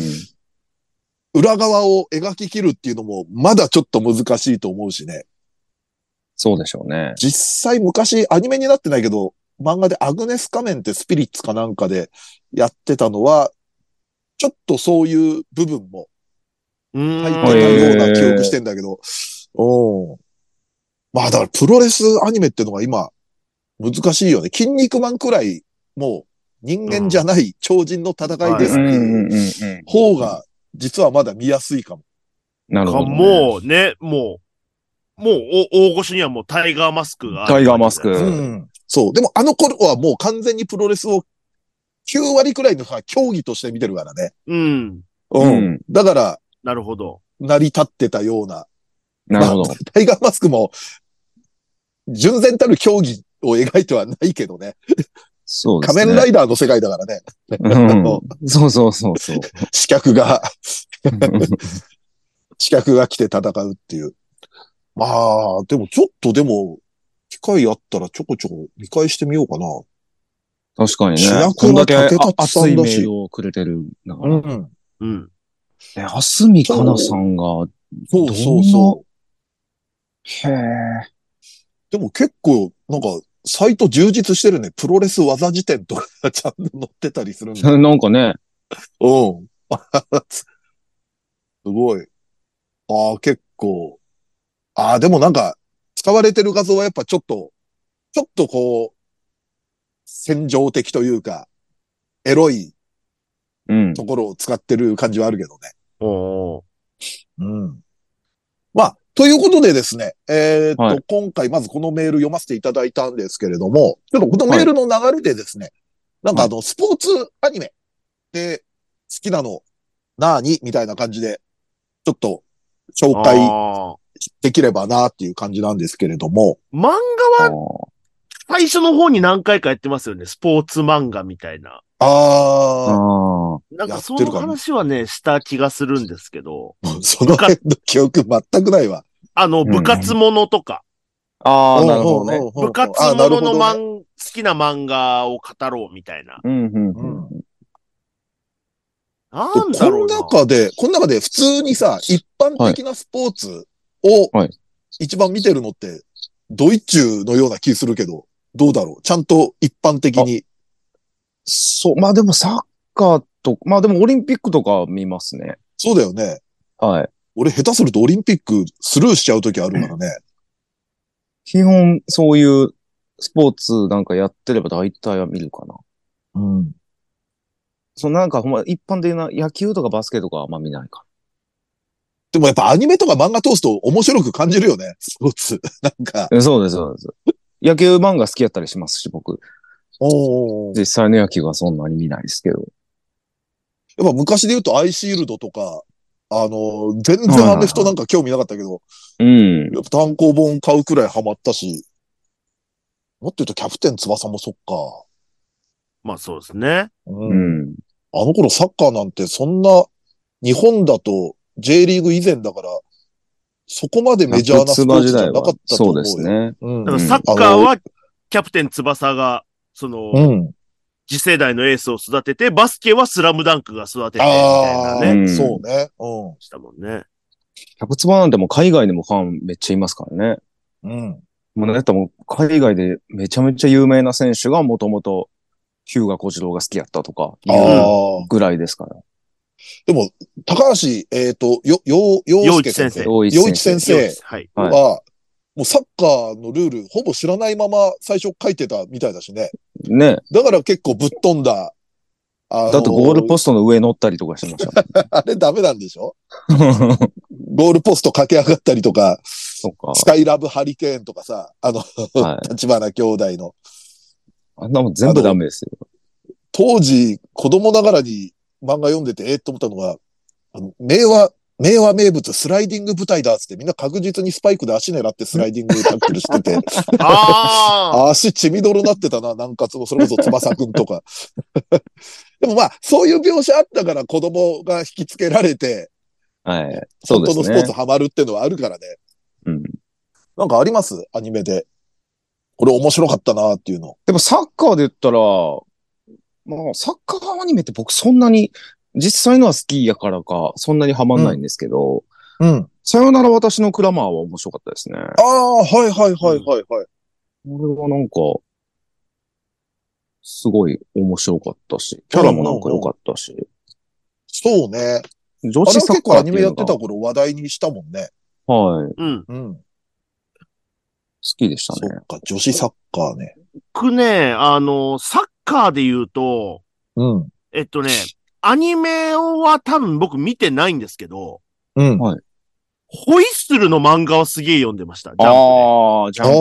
裏側を描き切るっていうのも、まだちょっと難しいと思うしね。
そうでしょうね。
実際昔アニメになってないけど、漫画でアグネス仮面ってスピリッツかなんかでやってたのは、ちょっとそういう部分も
うん
入ってたような記憶してんだけど。うん。まあだからプロレスアニメってのが今、難しいよね。筋肉マンくらい、もう人間じゃない超人の戦いです
う
って
んうん
いう
うんうん。
方が、実はまだ見やすいかも。
なるほ
か
どね。
もうね、もう、もうお大御所にはもうタイガーマスクがある。
タイガーマスクうん
ん。そう。でもあの頃はもう完全にプロレスを9割くらいの人が競技として見てるからね。
うん。
う。
うんん。
だから、
なるほど。
成り立ってたような。
なるほ
ま
ど
あ。タイガーマスクも、純然たる競技を描いてはないけどね。
そうです
仮
ね。
面ライダーの世界だから ね。
うんそうそうそうそう。
刺客が、刺客が来て戦うっていう。まあ、でもちょっとでも、機会あったらちょこちょこ見返してみようかな。
確かにね。
主役は
こんだけあ
竹達さ
熱
ん
い
だ
メ
し
ールをくれてるんだから。
ん。
うん。
え、はすみかなさんが、
そうそうそ
へえ。
う。でも結構、なんか、サイト充実してるね。プロレス技辞典とかがちゃんと載ってたりするんだ。
なんかね、
うん。すごい。ああ、結構。ああ、でもなんか、使われてる画像はやっぱちょっと、ちょっとこう、戦場的というか、エロい
うん。
ところを使ってる感じはあるけどね。
おー
うん。まあ、ということでですね、えーっと、
はい
今回まずこのメール読ませていただいたんですけれども、ちょっとこのメールの流れでですね、なんかあの、スポーツアニメで好きなの、なーにみたいな感じで、ちょっと紹介
あー
できればなっていう感じなんですけれども、
漫画
あ
は
ー
最初の方に何回かやってますよね。スポーツ漫画みたいな。
あ
あ
なんかそ
やってる
の
かな
話はね、した気がするんですけど、
あ、その辺の記憶全くないわ。
あの、
ん
部活ものとか、
あー、なるほどね。
おうおうおうおう。
部活
あ
ものの、
なるほどね
漫好きな漫画を語ろうみたいな。
うん、うん、
うん
うん。
なんだ
こ
ろ
の
うな。
中で、この中で普通にさ、一般的なスポーツを
はい
一番見てるのって、ドイチューのような気するけど、どうだろうちゃんと一般的に。
そう、まあでもサッカーと、まあでもオリンピックとか見ますね。
そうだよね。
はい。
俺下手するとオリンピックスルーしちゃう時あるからね。
基本、そういうスポーツなんかやってれば大体は見るかな。
うん。
そのなんかほんま一般的な野球とかバスケとかはあんま見ないか
でもやっぱアニメとか漫画通すと面白く感じるよね。スポーツ。 なんか。
な。そうです、そうです。野球漫画好きやったりしますし、僕。
おー
実際の野球はそんなに見ないですけど。
やっぱ昔で言うとアイシールドとか、あの、全然アメフトなんか興味なかったけど、
うん。
やっぱ単行本買うくらいハマったし、もっと言うとキャプテン翼もそっか。
まあそうですね。
う。
うんん。
あの頃サッカーなんてそんな、日本だと J リーグ以前だから、そこまでメジャーなスポーツじゃなかったと
そ
思う
う
よ。
です。ね。
うん
だからサッカーは、キャプテン翼が、その、
うん。
次世代のエースを育てて、バスケはスラムダンクが育てて、み
あ
たい
あ
なね。
ー、
ね
そうね。うん。
したもんね。
キャプツバなんてもう海外にもファンめっちゃいますからね。
うん。
もうだってもう海外でめちゃめちゃ有名な選手がもともと、ヒューガ小次郎が好きやったとか、
ああー、
ぐらいですから。
でも、高橋、えっ、と、よ、よ、ようすけ先生。
陽一先生
陽一先
強いで
生
すはい。
は、
はい
もうサッカーのルール、ほぼ知らないまま最初書いてたみたいだしね。
ね。
だから結構ぶっ飛んだ。あの
だってゴールポストの上乗ったりとかしてました
あれダメなんでしょ
も ん。
ゴールポスト駆け上がったりとか、
そっか。
スカイラブハリケーンとかさ、あの、
は
立花兄弟の。
あんなもん全部ダメですよ。
当時、子供ながらに漫画読んでて、えーって思ったのが、あの名和、名和名物スライディング舞台だっつってみんな確実にスパイクで足狙ってスライディングタックルして て、
ああ
足血みどろなってたな、なんかその、それこそ翼くんとか。 でもまあ、そういう描写あったから子供が引きつけられて、
はい。そ
本
うで
当
す
の
ね。
スポーツハマるっていうのはあるからね。
うん。
なんかありますアニメで。これ面白かったなっていうの。
でもサッカーで言ったら、まあ、サッカーアニメって僕そんなに、実際のは好きやからか、そんなにハマんないんですけど、
うん。
さよなら私のクラマーは面白かったですね。
ああ、はいはいはいはいはい。
これはなんか、すごい面白かったし、キャラもなんか良かったし、
そうね。
女
あれは
子サ
結
ッカ
構
ー
ア
って
ニ
い
メ
う
や
の
っ
が
てた頃話題にしたもんね。
はい、好
ー。うん。
うん。
きでし
そ
た
っ
ね。
か、女子サッカーね。
僕ね、あの、サッカーで言うと、
うん。
えっとね、アニメは多分僕見てないんですけど、
うん。あ
はい
ホイッスルの漫画はすげえ読んでました。ジャンプで
ああ、ジャンプ。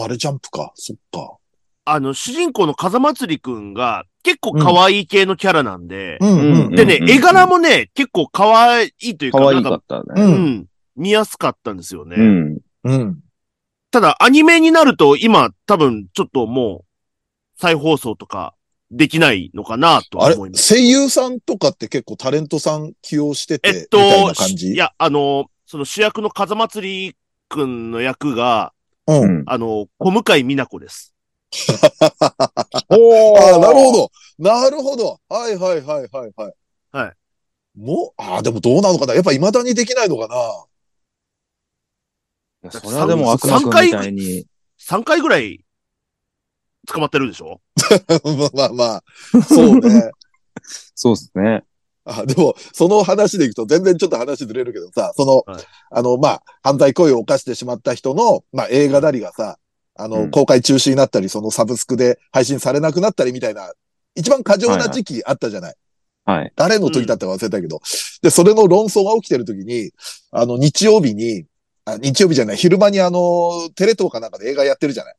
あ、あれジャンプか。そっか。
あの、主人公の風祭りくんが結構可愛い系のキャラなんで、
うん
うん
うん。
でね、
うんうん
絵柄もね、結構可愛いというか、
可愛
なん
か
か、
ったね。
う。
うんん、見やすかったんですよね。
うん。
うん。
ただ、アニメになると今、多分ちょっともう、再放送とかできないのかなと
あ
は
れ
思い、ます。
声優さんとかって結構タレントさん起用してて、
えっ
みたい
と
な感、じ
いや、あの、その主役の風祭りくんの役が、
う。
うんん。
あの、小向井美奈子です。
お
ああ、なるほど。なるほど。はいはいはいはいはい。
はい。
もう、ああ、でもどうなのかな。やっぱ未だにできないのかな。
いやそれはでも悪魔くんみたいに。
3回ぐらい捕まってるでしょ
まあまあまあ。そうね。
そうですね。
あ、でも、その話でいくと全然ちょっと話ずれるけどさ、その、
はい
あの、まあ、犯罪行為を犯してしまった人の、まあ、映画なりがさ、あの、
うん
公開中止になったり、そのサブスクで配信されなくなったりみたいな、一番過剰な時期あったじゃない。
はい。
誰の時だったか忘れたけど、で、それの論争が起きてる時に、あの、日曜日に、あ日曜日じゃない、昼間にあの、テレ東かなんかで映画やってるじゃない。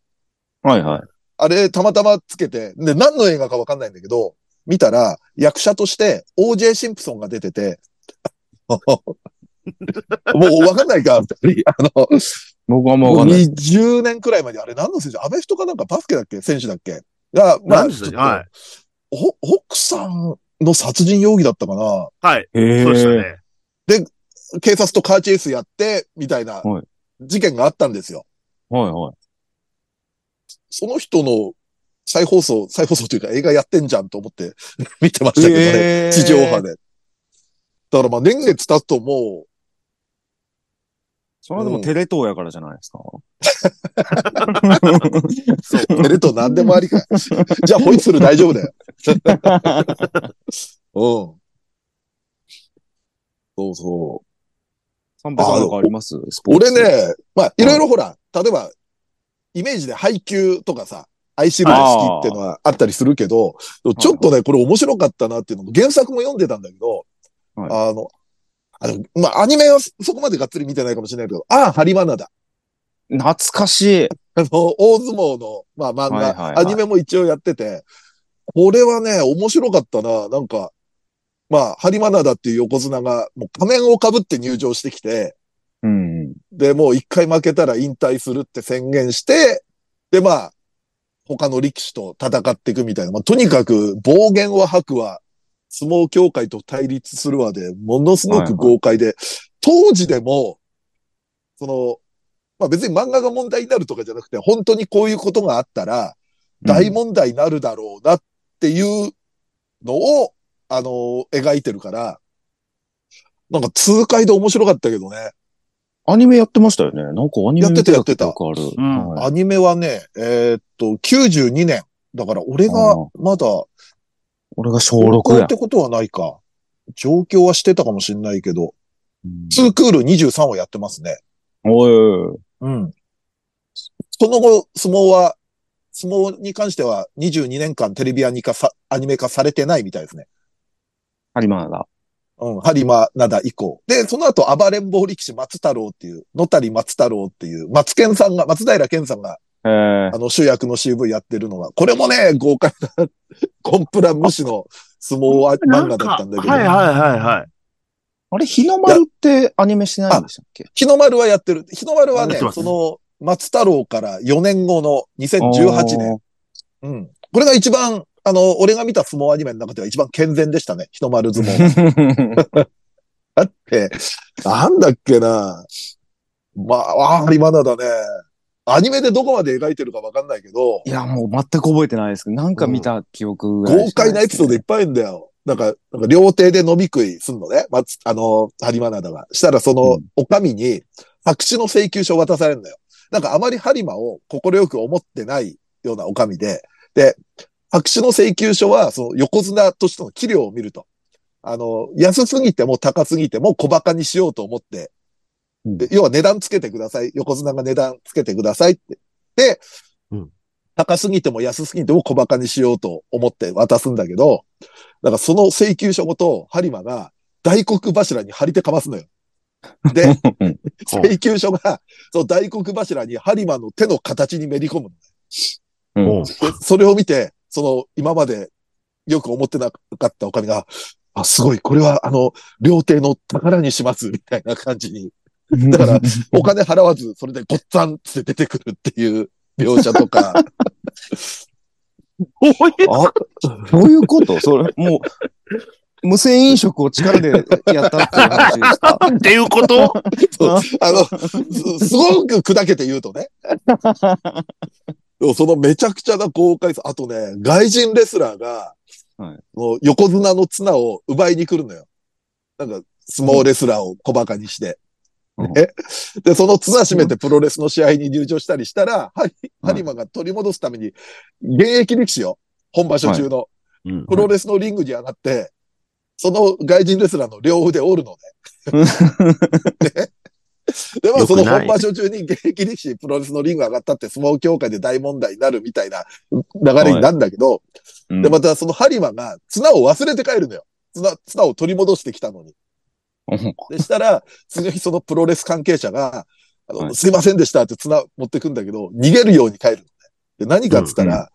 はいはい。
あれ、たまたまつけて、で、何の映画かわかんないんだけど、見たら、役者として OJ シンプソンが出てて、 もうわかんないか、二人あの、
僕はもう
もう
わかんない。
20年くらいまで、あれ何の選手アメフトかなんかバスケだっけ選手だっけが、ま
な
あ、
んで
ち
す
ょっ
よ
と、
はい。
お奥さんの殺人容疑だったかな
はい。
へ
そうでしたね。
警察とカーチェイスやって、みたいな
はい、
事件があったんですよ。
はいはい。
その人の再放送、再放送というか映画やってんじゃんと思って 見てましたけどね。
えー
地上波。で。だからまあ年月経つとも
それはでもテレ東やからじゃないですか。
う、テレと何でもありか。 じゃあホイッスル大丈夫だよ。 うん。そうそ
サンバさんなんかありますス
う。
ポーツ
俺。ね、まあいろいろほら、例えば、イメージで配給とかさ、愛しるの好きっていうのはあったりするけど、でもちょっとね、これ面白かったなっていうのも、原作も読んでたんだけど、
は
あの、あの、まあ、アニメはそそこまでがっつり見てないかもしれないけど、ああ、ハリマナだ。
懐かしい。
あの、大相撲の、まあ、漫画、
はいはいは
ア
い
ニメも一応やってて、これはね、面白かったな。なんか、まあ、ハリマナダっていう横綱が、もう仮面を被って入場してきて、
うんうん。
で、もう一回負けたら引退するって宣言して、で、まあ、他の力士と戦っていくみたいな。まあ、とにかく、暴言は吐くわ、相撲協会と対立するわで、ものすごく豪快で、当時でも、その、まあ別に漫画が問題になるとかじゃなくて、本当にこういうことがあったら、大問題になるだろうなっていうのを、あの、描いてるから、なんか痛快で面白かったけどね。
アニメやってましたよね。なんかアニメ
やってたやってた
よくある。
ん
はい
アニメはね、えーっと、92年。だから俺が
あー
まだ、
俺が小
高
6
校っ
や
て。ことはないか。上京はしてたかもしれないけど、
うん
ツークール23をやってますね。
おいおいおい。
うん。その後、相撲は、相撲に関しては22年間テレビアニ化さ、アニメ化されてないみたいですね。
ハリマーだ。
うん、ハリマナダ以降。で、その後、暴れん坊力士松太郎っていう、野谷松太郎っていう、松健さんが、松平健さんが、
え
あの、主役の CV やってるのが、これもね、豪快な、コンプラ無視の相撲は漫画だったんだけど、
はいはいはいはい。
あれ、日の丸ってアニメしてないんでしたっけ
日の丸はやってる。日の丸はね、
やってます
そ
ね
の、松太郎から4年後の2018年。。うん。これが一番、あの、俺が見た相撲アニメの中では一番健全でしたね。日の丸相 撲。だって、なんだっけな。まあ、あー、今なだね。アニメでどこまで描いてるかわかんないけど
い、や、もう全く覚えてないですけど、なんか見た記憶が、
豪快なエピソードい
で
っぱいいんだよ。なんか、なんか両手で飲み食いすんのね。まつ、あの、ハリマナダが。したらその
うん、
おかみに、白紙の請求書を渡されるんだよ。なんかあまりハリマを心よく思ってないようなおかみで、で、白紙の請求書は、その横綱としての器量を見ると。あの、安すぎても高すぎても小馬鹿にしようと思って、
うん
で要は値段つけてください。横綱が値段つけてくださいって。で、
うん
高すぎても安すぎても小馬鹿にしようと思って渡すんだけど、だからその請求書ごと、ハリマが大黒柱に張り手かますのよ。で、
うん
請求書が、その大黒柱にハリマの手の形にめり込むの。
うん
もう
で、それを見て、その、今までよく思ってなかったおかみが、あ、すごい、これは、あの、料亭の宝にします、みたいな感じに、だから、お金払わず、それでごっつぁんって出てくるっていう描写とか、
こういう
あ、どういうことそれ、もう、無線飲食を力でやったっていう話です か
っていうこと
そうあの、すすごく砕けて言うとね。でもそのめちゃくちゃな豪快さ。あとね、外人レスラーが、
はい
もう横綱の綱を奪いに来るのよ。なんか、相撲レスラーを小馬鹿にして。
うん
ねで、その綱締めてプロレスの試合に入場したりしたら、ハリハリマが取り戻すために、現役力士よ。本場所中の。
うん
プロレスのリングに上がって、その外人レスラーの両腕折るのね。ねでも、
よ
そ
く
の
ない
本場所中に現役力士プロレスのリング上がったって相撲協会で大問題になるみたいな流れになるんだけど、
うん
で、またそのハリマが綱を忘れて帰るのよ。綱、綱を取り戻してきたのに。でしたら、次の日そのプロレス関係者が、あの、
はい
すいませんでしたって綱持ってくんだけど、逃げるように帰るのね。で、何かっつったら、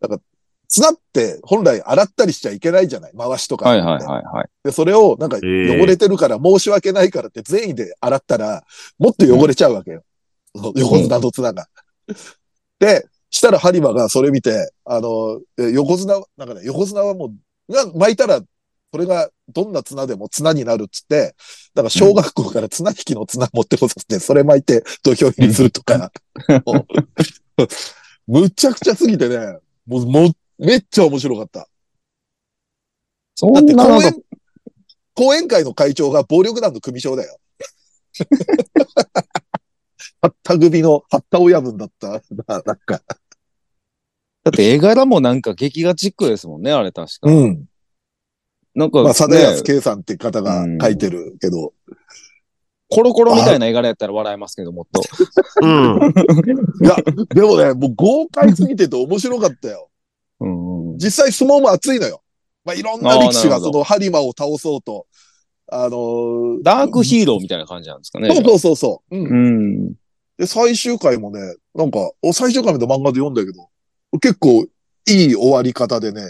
なんか、綱って本来洗ったりしちゃいけないじゃない回しとか。
はいはいはいはい。
で、それをなんか汚
ええ
れてるから申し訳ないからって善意で洗ったら、もっと汚れちゃうわけよ。その横綱の綱が。で、したらハリマがそれ見て、あの、え横綱、なんかね、横綱はもう、が巻いたら、それがどんな綱でも綱になるっつって、だから小学校から綱引きの綱持ってこさせて、それ巻いて土俵入りするとか。もう むちゃくちゃすぎてね、もう、もう、めっちゃ面白かった。
そん
だ
な
って
なん
講
か
演、講演会の会長が暴力団の組長だよ。 はった組の、はった親分だった。ななんか。
だって絵柄もなんか劇画チックですもんね、あれ確か。
うん。
なんか、
まあ、
ね、
サダヤスケさんって方が書いてるけど。
コロコロみたいな絵柄やったら笑えますけど、もっと。
うん。
いや、でもね、もう豪快すぎてて面白かったよ。
うんうん。
実際相撲も熱いのよ。まあ、いろんな力士
あーなる
が
ほど
そのハリマを倒そうと。あのー
ダークヒーローみたいな感じなんですかね。
そうそうそうそう。うん
うん。
で、最終回もね、なんか、お最終回まで漫画で読んだけど、結構いい終わり方でね、
へえ。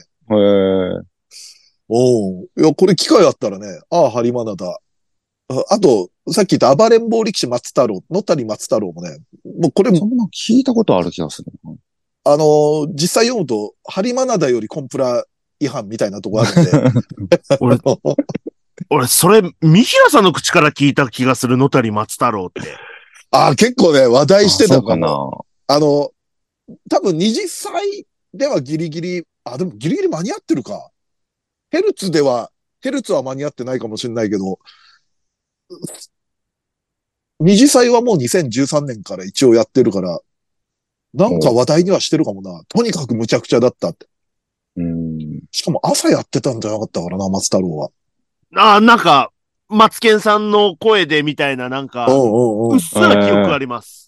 おういや、これ機会あったらね、ああ、ハリマナだ。ああと、さっき言った暴れん坊力士松太郎、野谷松太郎もね、もうこれ、
そんな聞いたことある気がするな。
あのー実際読むと、ハリマナだよりコンプラ違反みたいなとこあ るんで。
俺、俺、それ、三平さんの口から聞いた気がする、野谷松太郎って。
ああ、結構ね、話題してた
あそう
か
か
な。
な。
あの、多分20歳ではギリギリ、あ、でもギリギリ間に合ってるか。ヘルツでは、ヘルツは間に合ってないかもしれないけど、20歳はもう2013年から一応やってるから、なんか話題にはしてるかもな。とにかくむちゃくちゃだったって。
うん。
しかも朝やってたんじゃなかったからな、松太郎は。
ああ、なんか、マツケンさんの声でみたいな、なんか、
うん
うっすら記憶あります。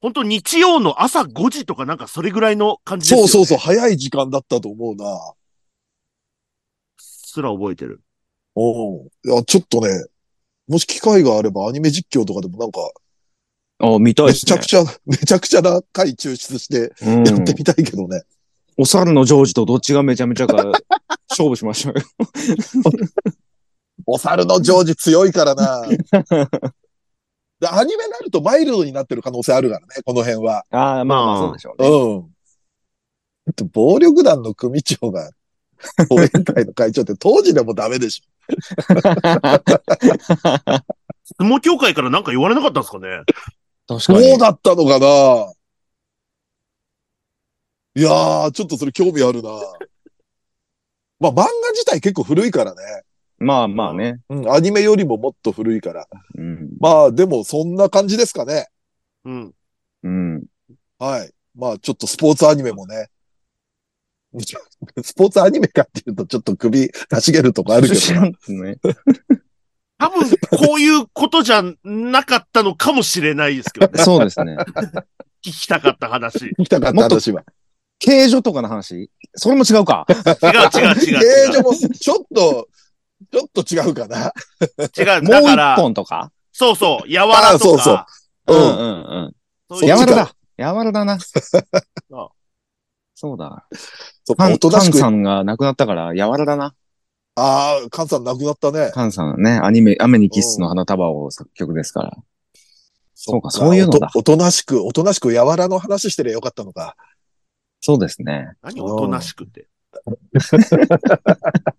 本当日曜の朝5時とかなんかそれぐらいの感じですよ、
そう
ね。。
そうそうう、早い時間だったと思うな。
すら覚えてる。
うん。いや、ちょっとね、もし機会があればアニメ実況とかでもなんか、
あ、見たい
め
です
ちゃ
ね
く。ちゃ、めちゃくちゃな回抽出して
うん
やってみたいけどね。
お猿のジョージとどっちがめちゃめちゃか勝負しましょうよ。
お猿のジョージ強いから な。でアニメになるとマイルドになってる可能性あるからね、この辺は。
ああ、まあまあそうでしょ
う
うね。
ん。あと暴力団の組長が、応援会の会長って当時でもダメでし
相撲協会からなんか言われなかったんですかね
確
ょ。
か
そう
に。
だったのかないやー、ちょっとそれ興味あるな。まあ漫画自体結構古いからね。
まあまあね。
うん、アニメよりももっと古いから。
うん。
まあでもそんな感じですかね。
うん。
うん。
はい。まあちょっとスポーツアニメもね。 スポーツアニメかっていうとちょっと首かしげるとこあるけ
知
ど
ら
な。
んっすね。
多分、こういうことじゃなかったのかもしれないですけど ね。
そうです ね。
聞きたかった話。違
行きたかった話は。
形状とかの話それも違うか。
う違う違う違
形状もちょっと、ちょっと違うかな。
う。 違う。
もう
だか
一
ら、
本とか
そうそう、柔ら
あそうそう
と
うんう
うん。
んうん。
か。
そ
柔
っち
ら
か
だ。柔ら だな。そうだ。
そっ
カ
か、
ン
おとなしく。
さんが亡くなったから柔らだな。
ああ、カンさん亡くなったね。
カンさんね、アニメ、雨にキッスの花束を作曲ですから。そうか、
そ
そういうのだ
お。とおとなしく、おとなしく柔らの話してりゃよかったのか。
そうですね。
何おとなしくって。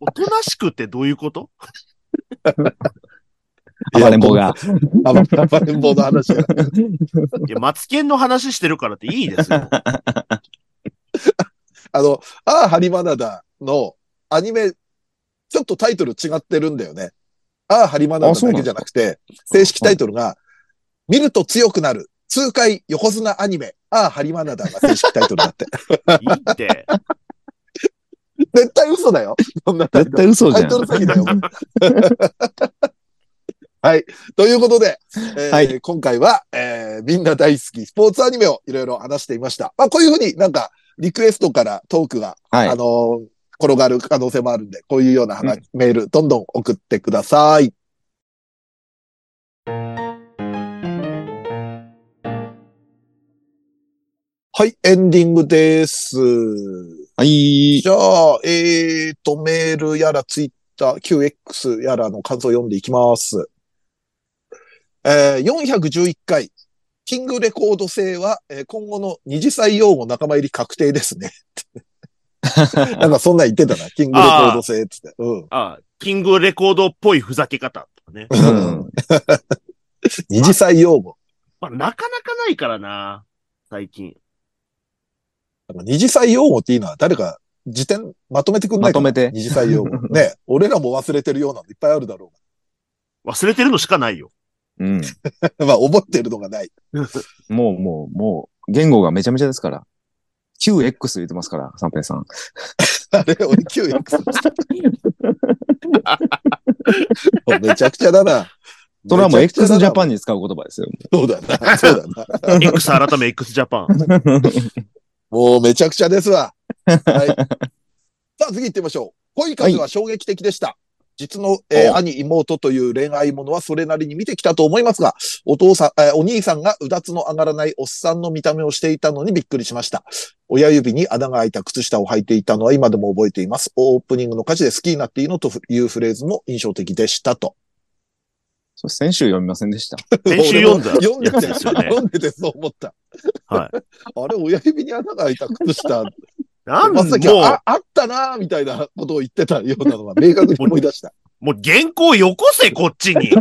おとなしくってどういうこと
いや
暴れん坊が。
あま暴れん坊の話が。
いや、マツケンの話してるからっていいですよ。
あの、ああ、ハリマナダのアニメ、ちょっとタイトル違ってるんだよね。ああ、ハリマナダ
あそう
だ
な
け
んで
じゃ
すか
なくて、正式タイトルが、見ると強くなる、痛快横 綱アニメ、ああ、ハリマナダが正式タイトルだって。
いいって。
絶対嘘だよ。そんなタイ
絶
トル
対嘘
タ
じ
イ
ゃん
ト。ル詐欺だよ。 はい。ということで、えー
はい
今回は、えーみんな大好きスポーツアニメをいろいろ話していました。まあ、こういうふうになんか、リクエストからトークが、
はい
あ。のー転がる可能性もあるんで、こういうような話、メール、どんどん送ってください。はい、エンディングです。
はい
じ。ゃあ、えーと、メールやらツイッター、QX やらの感想を読んでいきます。えー411回、キングレコード制は、えー今後の二次採用後仲間入り確定です ね。なんかそんなん言ってたな、キングレコード制ってって。うん。
あキングレコードっぽいふざけ方とかね。
うん。
二次採用後。
まあ、なかなかないからな、最近。
なんか二次採用後っていいな、誰か辞典まとめてくんな
ま
いか
と
な
めて。
二次採用後。ね、俺らも忘れてるようなのいっぱいあるだろ
忘れてるのし かないよ。
うん。
うが。 まあ、覚えてるのがない。
もうもう、もう、言語がめちゃめちゃですから。QX 言ってますから、三平さん。
あれ、俺 QX もうめちゃくちゃだな。
それはもう X ジャパ
ン。
ンに使う言葉ですよ。
そうだな。 そうだな。
X 改め X ジャパン。
もうめちゃくちゃですわ。 はい。さあ次行ってみましょう。恋風は衝撃的でした。実の、えー
お
兄妹という恋愛ものはそれなりに見てきたと思いますが、お父さん、えーお兄さんがうだつの上がらないおっさんの見た目をしていたのにびっくりしました。親指に穴が開いた靴下を履いていたのは今でも覚えています。オープニングの歌詞で好きになっていいのというフレーズも印象的でしたと。
それ先週読みませんでした。
先週読んだ
俺も読んで
やつ
て、
ですよね
読んでてそう思った。。
は い
あれ、親指に穴が開いた靴下、
なん
まさき
もう
あ、あったなーみたいなことを言ってたようなのが 明確に思い出した。
もう原稿よこせ、こっちに。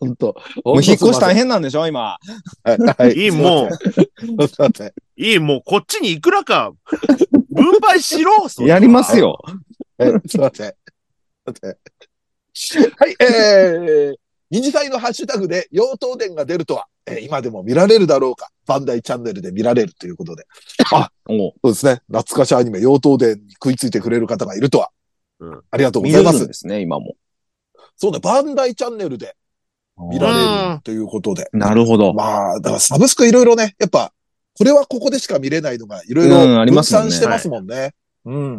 本当
もう引っ越し大
変。
変なんでしょ、今。
はいはい。
いい、も
う。すいません
う、いい、もう、こっちにいくらか、分配しろ、それは
やります。よ。
えすいません。すいません。はい、えー、二次会のハッシュタグで、妖刀伝が出るとは、えー今でも見られるだろうか。バンダイチャンネルで見られるということで。
おう
そうですね。懐かしアニメ、妖刀伝に食いついてくれる方がいるとは。
うん
ありがとうご
見
ざ
れ
いま
るん
す。
ですね、今も。
そうね、バンダイチャンネルで見
る
られるということで。
なるほど。
まあ、だからサブスクいろいろね、やっぱ、これはここでしか見れないのが、いろい
うん
ろ
ありま
分
すもん
散
ね
してますもんね。うん。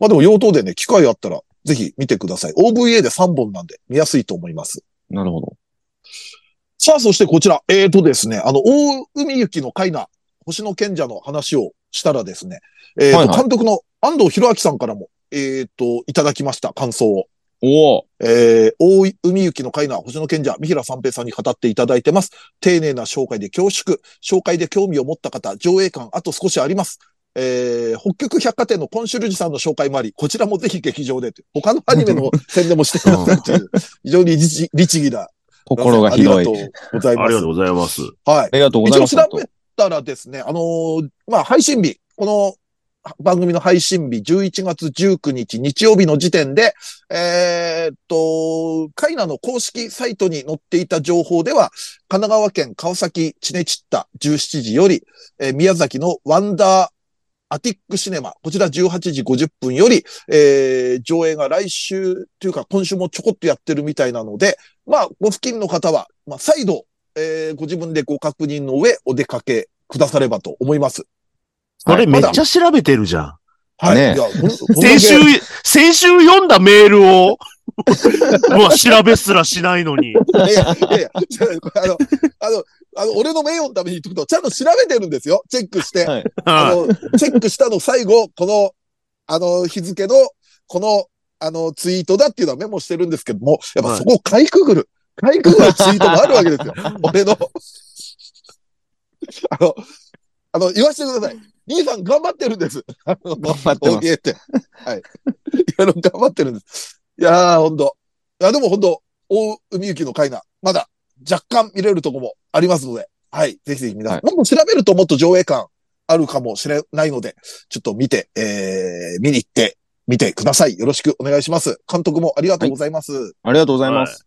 まあでも、用途でね、機会あったら、ぜひ見てください。OVA で3本なんで、見やすいと思います。
なるほど。
さあ、そしてこちら、えーとですね、あの、大海行のカイナ、星の賢者の話をしたらですね、えーと、
はいはい
監督の安藤博明さんからも、えーと、いただきました、感想を。
おお
えー、大井海行の会な星野賢者、三平三平さんに語っていただいてます。丁寧な紹介で恐縮。紹介で興味を持った方、上映感あと少しあります。えー、北極百貨店のコンシュルジュさんの紹介もあり、こちらもぜひ劇場でという。他のアニメ の宣伝もしてくださいという、非常に律律儀な。
心が広い。
ありがとうござい
あ
ま
りが
す
とう。ございます。
はい
あ。りがとうござ
一
い
応
ます。
調べたらですね、あのーまあ、配信日、この番組の配信日、11月19日、日曜日の時点で、えーっと、カイナの公式サイトに載っていた情報では、神奈川県川崎チネチッタ17時より、えー宮崎のワンダーアティックシネマ、こちら18時50分より、えー上映が来週というか今週もちょこっとやってるみたいなので、まあ、ご付近の方は、まあ、再度、えーご自分でご確認の上、お出かけくださればと思います。
それめ
ま
っ
だ
ちゃ調べてるじゃん。
はい。
ねえ
いや、ほんほんだけ
先週、先週読んだメールを、 もう調べすらしないのに。
いやいやいや、あの、あの、あの、俺の名誉のために言っとくと、ちゃんと調べてるんですよ。チェックして。
はい
あ
はい
の、チェックしたの最後、この、あの、日付の、この、あの、ツイートだっていうのはメモしてるんですけども、やっぱそこをかいくぐる、かいくぐるツイートもあるわけですよ。俺の。あの、あの、言わせてください。兄さん頑張ってるんです。あの
頑張ってます
大喜利って。はい。いや、あの頑張ってるんです。いやー、ほんと。いや、でもほんと、大海行の会な、まだ若干見れるとこもありますので、はい。ぜひぜひ皆さん、
はい
もっと調べるともっと上映感あるかもしれないので、ちょっと見て、えー、見に行って、見てください。よろしくお願いします。監督もありがとうございます。はい。
ありがとうございます。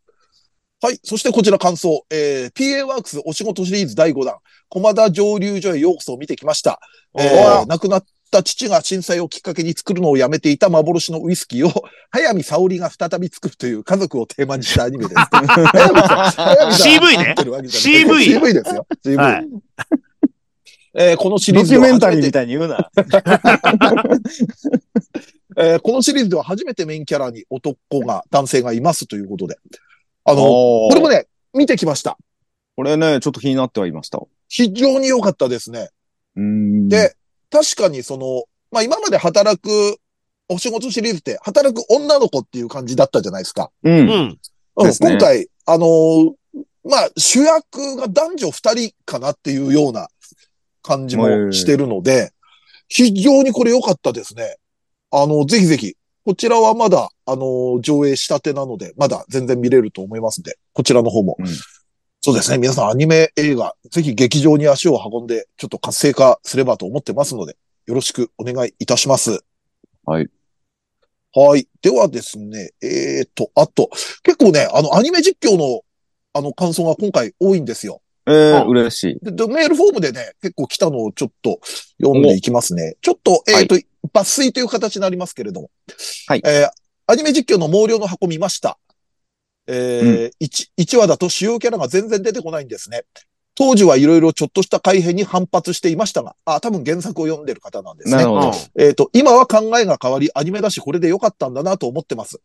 そしてこちら感想。えー、PA ワークスお仕事シリーズ第5弾、駒田蒸留所へようこそを見てきました。えー
おー
亡くなったした父が震災をきっかけに作るのをやめていた幻のウイスキーを、 早見沙織が再び作るという家族をテーマにしたアニ メです。早見さん、早見さん
CV ね
合ってるわけじゃない
CV
CV ですよ。CV。
はい。
えーこのシリー
ド
ズ
キ
で
ュ
は
メン
初
タリー
め
み
て、
たいに言うな。
えーこのシリーズでは初めてメインキャラに男が、男性がいますということで。あの、こ
こ
れもね、見てきました。
これね、ちょっと気になってはいました。
非常に良かったですね。
うん
で、確かにその、まあ今まで働く、お仕事シリーズって働く女の子っていう感じだったじゃないですか。
う。
うんん。
うん、
ですね
今回、あのーまあ主役が男女二人かなっていうような感じもしてるので、非常にこれ良かったですね。あの、ぜひぜひ、こちらはまだ、あのー上映したてなので、まだ全然見れると思いますんで、こちらの方も。
うん
そうですね。皆さんアニメ映画、ぜひ劇場に足を運んで、ちょっと活性化すればと思ってますので、よろしくお願いいたします。
はい。
はい。ではですね、えー、と、あと、結構ね、あの、アニメ実況の、あの、感想が今回多いんですよ。
えー、嬉しい。
で、でメールフォームでね、結構来たのをちょっと読んでいきますね。ちょっと、えっ、と、抜粋という形になりますけれども。
はい
えーアニメ実況の毛量の箱見ました。えー一 1, 話だと主要キャラが全然出てこないんですね。当時はいろいろちょっとした改変に反発していましたが、あ、多分原作を読んでる方なんですね。
なるほ
うん
ど。
えっ、と、今は考えが変わり、アニメだし、これで良かったんだなと思ってます。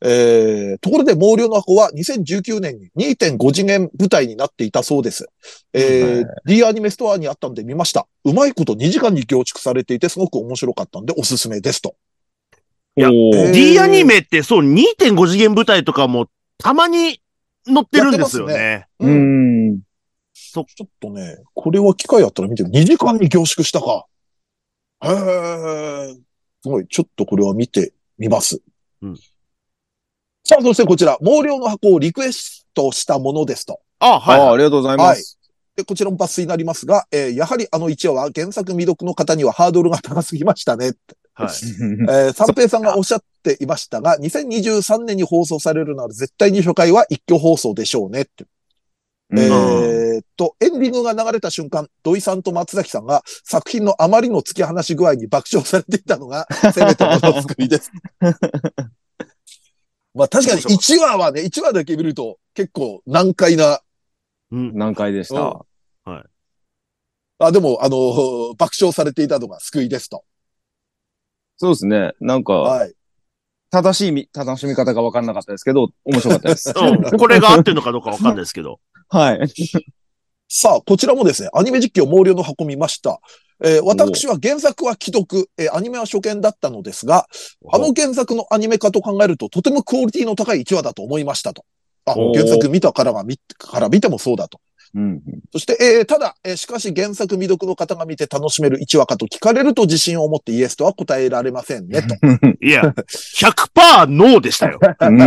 えー、ところで、毛量の箱は2019年に2.5次元舞台になっていたそうです。えー、D アニメストアにあったので見ました。うまいこと2時間に凝縮されていて、すごく面白かったんで、おすすめですと。
いや
おー
D アニメってそう2.5次元舞台とかもたまに載ってるんですよ
やっ
ね。
う。ん。
ちょっとね、これは機会あったら見てみる。2時間に凝縮したか。へー。すごい。ちょっとこれは見てみます。
うん
さあ、そしてこちら、毛量の箱をリクエストしたものですと。
あ、
あー
は
ありがとうございます。
で、こちらも抜粋になりますが、えーやはりあの1話は原作未読の方にはハードルが高すぎましたね。
い。は
え
い。
ー三平さんがおっしゃっていましたが、2023年に放送されるなら絶対に初回は一挙放送でしょうねって。
うん
えーっと、エンディングが流れた瞬間、土井さんと松崎さんが作品のあまりの突き放し具合に爆笑されていたの が、せめてもの作りです。まあ確かに1話はね、1話だけ見ると結構難解な
うん。
難解でし
うん
た。
あ、でも、あの、爆笑されていたのが救いですと。
そうですね。なんか、
はい。
正しいみ、正しみ方が分からなかったですけど、面白かった です。
うん。これが合ってるのかどうかわかんないですけど。
はい。
さあ、こちらもですね、アニメ実況毛量の箱見ました。えー私は原作は既読、えーアニメは初見だったのですが、あの原作のアニメ化と考えると、とてもクオリティの高い1話だと思いましたと。あ
お、ー
原作見たからは見、から見てもそうだと。
うん。
そして、えーただ、えーしかし原作未読の方が見て楽しめる1話かと聞かれると自信を持ってイエスとは答えられませんねと。
いや、100%ノーでしたよ。
うん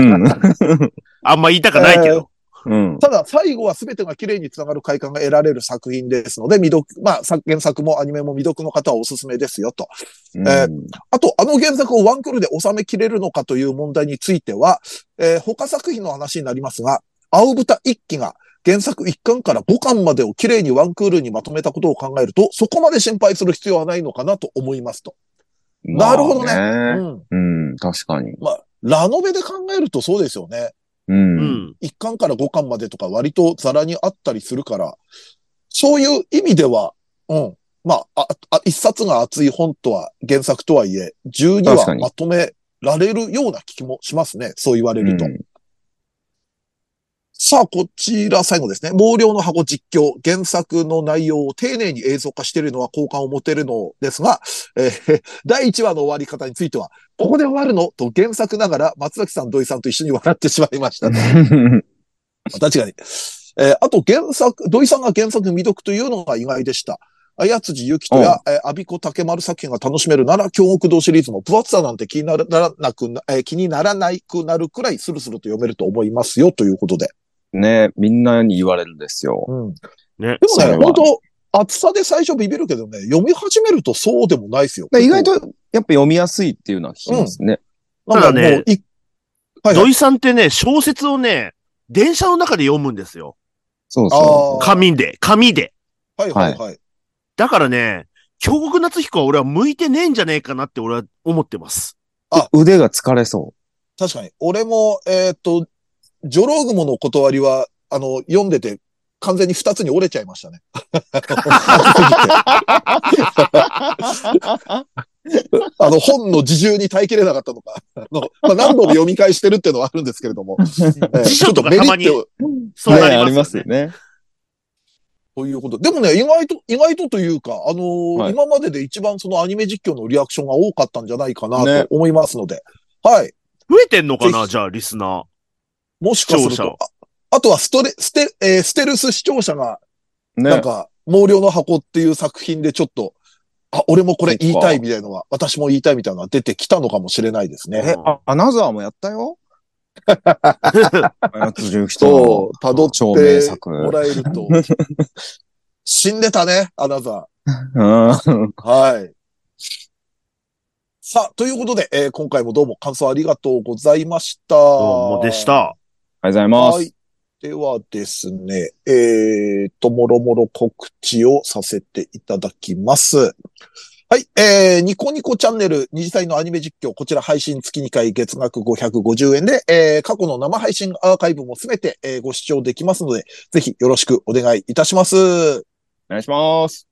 あんま言いたくないけど。
うん。
ただ、最後は全てが綺麗につながる快感が得られる作品ですので、未読、まあ、作原作もアニメも未読の方はおすすめですよと。えあと、あの原作をワンクールで収めきれるのかという問題については、えー他作品の話になりますが、青豚一期が原作1巻から5巻までを綺麗にワンクールにまとめたことを考えると、そこまで心配する必要はないのかなと思いますと。なるほどねう
ね。
ん。
うん、確かに。
まあ、ラノベで考えるとそうですよね。
う。
うんん。
1巻から5巻までとか割とザラにあったりするから、そういう意味では、うん。まあ、あ、あ一冊が熱い本とは、原作とはいえ、12
確か
話
に
まとめられるような気もしますね。そう言われると。
うん
さあ、こちら最後ですね。毛量の箱実況、原作の内容を丁寧に映像化しているのは好感を持てるのですが、えー第1話の終わり方については、ここで終わるのと原作ながら松崎さん、土井さんと一緒に笑ってしまいました。確かに。えーあと原作、土井さんが原作未読というのが意外でした。綾辻ゆきとや、えー、アビコ竹丸作品が楽しめるなら、京極堂シリーズも分厚さなんて気にならなくな、えー気にならないくなるくらいスルスルと読めると思いますよ、ということで。
ねみんなに言われるんですよ。
うん。で
ね。
も
それ
ね、
は
本当厚さで最初ビビるけどね、読み始めるとそうでもないですよ。
意外と、やっぱ読みやすいっていうのは聞きますね。
なんか
ただね
もういはいは
土
い。
井さんってね、小説をね、電車の中で読むんですよ。
そう
あ
そ
あ。
紙で、紙で。
はいはいはい。
だからね、京極夏彦は俺は向いてねえんじゃねえかなって俺は思ってます。
腕が疲れそ
確かに。俺も、えーっと、ジョローグモの断りは、あの、読んでて、完全に二つに折れちゃいましたね。 あの、本の自重に耐えきれなかったのか。あの、まあ、何度も読み返してるっていうのはあるんですけれども。えー
辞書とか
ちょっ
たまに
メリット
う。
そうな
ねあり
りま
ますす
よ
よ
ね。
ね。
ということ。でもね、意外と、意外とというか、あのー
はい
今までで一番そのアニメ実況のリアクションが多かったんじゃないかな
ね
と思いますので。はい。
増えてんのか
ぜ
な
ひ
じゃあ、リスナー。
もしかする
視聴者
と、ああとはストレ、ステ、えーステルス視聴者がなん
ね。
か、毛量の箱っていう作品でちょっと、あ、俺もこれ言いたいみたいのは、私も言いたいみたいなのは出てきたのかもしれないですね。
え、あアナザーもやったよ。松潤人
そう、辿
超
っ
名
て
作。
もらえると。死んでたね、アナザ
うん。
ー。はい。さあ、ということで、えー今回もどうも感想ありがとうございました。
どうもでし
あ
た。
りがとうござ
はいい。ではですね、えーと、もろもろ告知をさせていただきます。はい、えー、ニコニコチャンネル、二次祭のアニメ実況、こちら配信月2回月額550円で、えー、過去の生配信アーカイブもすべて、えーご視聴できますので、ぜひよろしくお願いいたします。
ます。お願いします。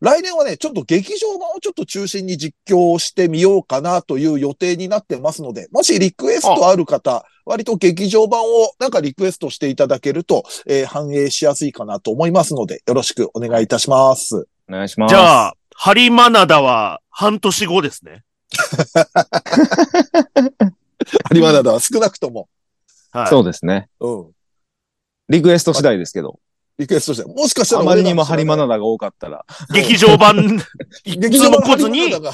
来年はね、ちょっと劇場版をちょっと中心に実況してみようかなという予定になってますので、もしリクエストある方、割と劇場版をなんかリクエストしていただけると、えー反映しやすいかなと思いますので、よろしくお願いいたします。
お願いします。
じゃあ、ハリマナダは半年後ですね。
有馬灘は少なくとも、
はい。
そうですね。
うん、
リクエスト次第ですけど。
リクエストして、もしかしたら
あまりにもハリマ
ナ
ナダが多かったら。
劇場版、一
劇
通
場
も
版
来
ハ
ず
リマナ
に
ダ、が、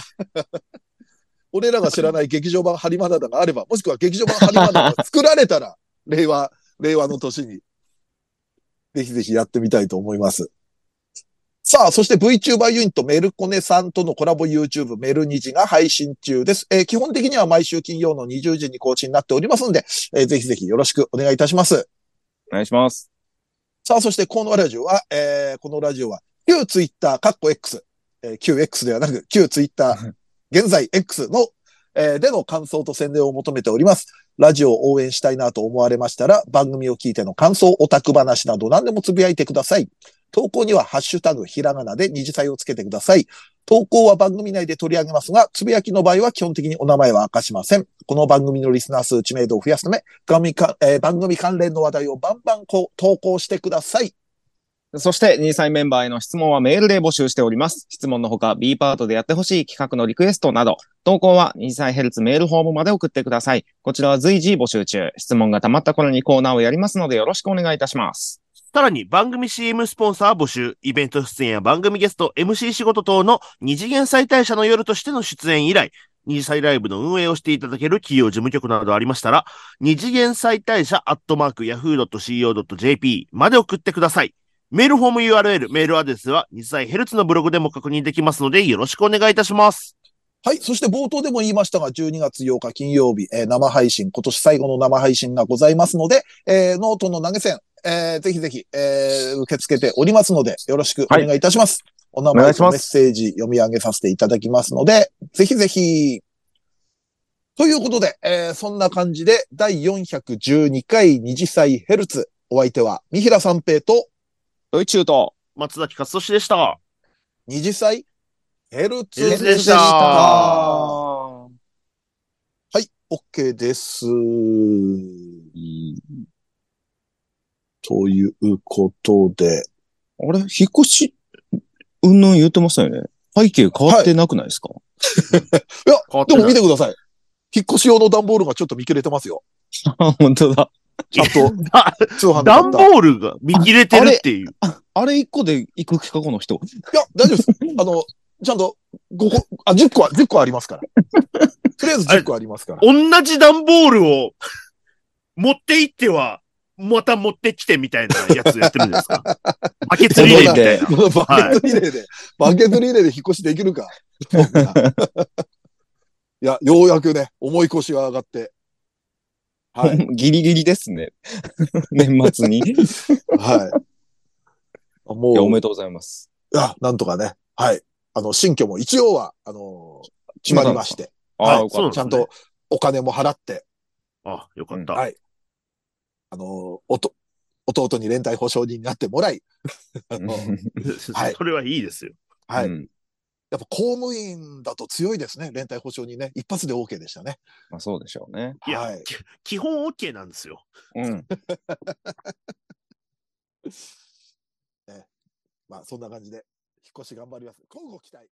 俺らが知らない劇場版ハリマナダがあれば、もしくは劇場版ハリマナダが作られたら、令 和、令和の年に、ぜひぜひやってみたいと思います。さあ、そして VTuber ユニットメルコネさんとのコラボ YouTube メルニジが配信中です。えー基本的には毎週金曜の20時に更新になっておりますので、えーぜひぜひよろしくお願いいたします。
お願いします。
さあ、そしてこのラジオは、えー、このラジオは、旧ツイッター、カッコ X、えー、旧 X ではなく、旧ツイッター、現在 X の、えーでの感想と宣伝を求めております。ラジオを応援したいなと思われましたら、番組を聞いての感想、オタク話など何でもつぶやいてください。投稿にはハッシュタグ、ひらがなで二次祭をつけてください。投稿は番組内で取り上げますが、つぶやきの場合は基本的にお名前は明かしません。この番組のリスナー数知名度を増やすため、番組か、えー番組関連の話題をバンバンこう投稿してください。
そして、2歳メンバーへの質問はメールで募集しております。質問のほか、B パートでやってほしい企画のリクエストなど、投稿は2歳ヘルツメールフォームまで送ってください。こちらは随時募集中。質問が溜まった頃にコーナーをやりますので、よろしくお願いいたします。
さらに番組 CM スポンサー募集、イベント出演や番組ゲスト、MC 仕事等の二次元再大社の夜としての出演以来、二次祭ライブの運営をしていただける企業事務局などありましたら、二次元再大社アットマーク yahoo.co.jp まで送ってください。メールフォーム URL、メールアドレスは二次祭ヘルツのブログでも確認できますので、よろしくお願いいたします。
はい。そして冒頭でも言いましたが、12月8日金曜日、えー生配信、今年最後の生配信がございますので、えーノートの投げ銭、えーぜひぜひ、えー受け付けておりますので、よろしくお願いいたします。お名
お願
前
いしま
と
す
メッセージ読み上げさせていただきますので、ぜひぜひ。ということで、えーそんな感じで、第412回二次祭ヘルツ、お相手は、三平三平と、
ドイチュート。
松崎勝利でした。
二次祭ヘルツ
ヘルツでした
は、
はい
OK です。
い
ということで。
あれ、引っ越し、うんぬん言ってましたよね。背景変わってなくないですか、
変わっ
で
てない
も見てください。引っ越し用の段ボールがちょっと見切れてますよ。
あ、本当だ。
ちゃん と
あ
通販で買
段
った。い
ボールが見切れてるっていう。
あれ一個で行く企画の人。
や、大丈夫です。あの、ちゃんと5個、あ、10個は、10個ありますから。とりあえず10個ありますから。
同じ段ボールを 持って行っては、また持ってきてみたいなやつやってるんですか バケツリレーみたいな。
バケツリレーで、バケツリレーで引っ越しできるか。そんないや、ようやくね、重い腰が上がって。はい。
ギリギリですね。 年末 に。い
はい。も
や、お
う
めでとうございます。
あ、なんとかね。はい。あの、新居も一応は、あの、決まりまして、
ああ、
はい
よかっ
ちゃんとお金も払って、
あ、よかった。
はいあの、おと、弟に連帯保証人になってもらい、あ
た。
のはい
それはいいですよ。
はい。
うん
やっぱ公務員だと強いですね。連帯保証人ね。一発で OK でしたね。
まあそうでしょうね。
いや
はい。
き基本 OK なんですよ。
うん。
まあそんな感じで、引っ越し頑張ります。今後期待。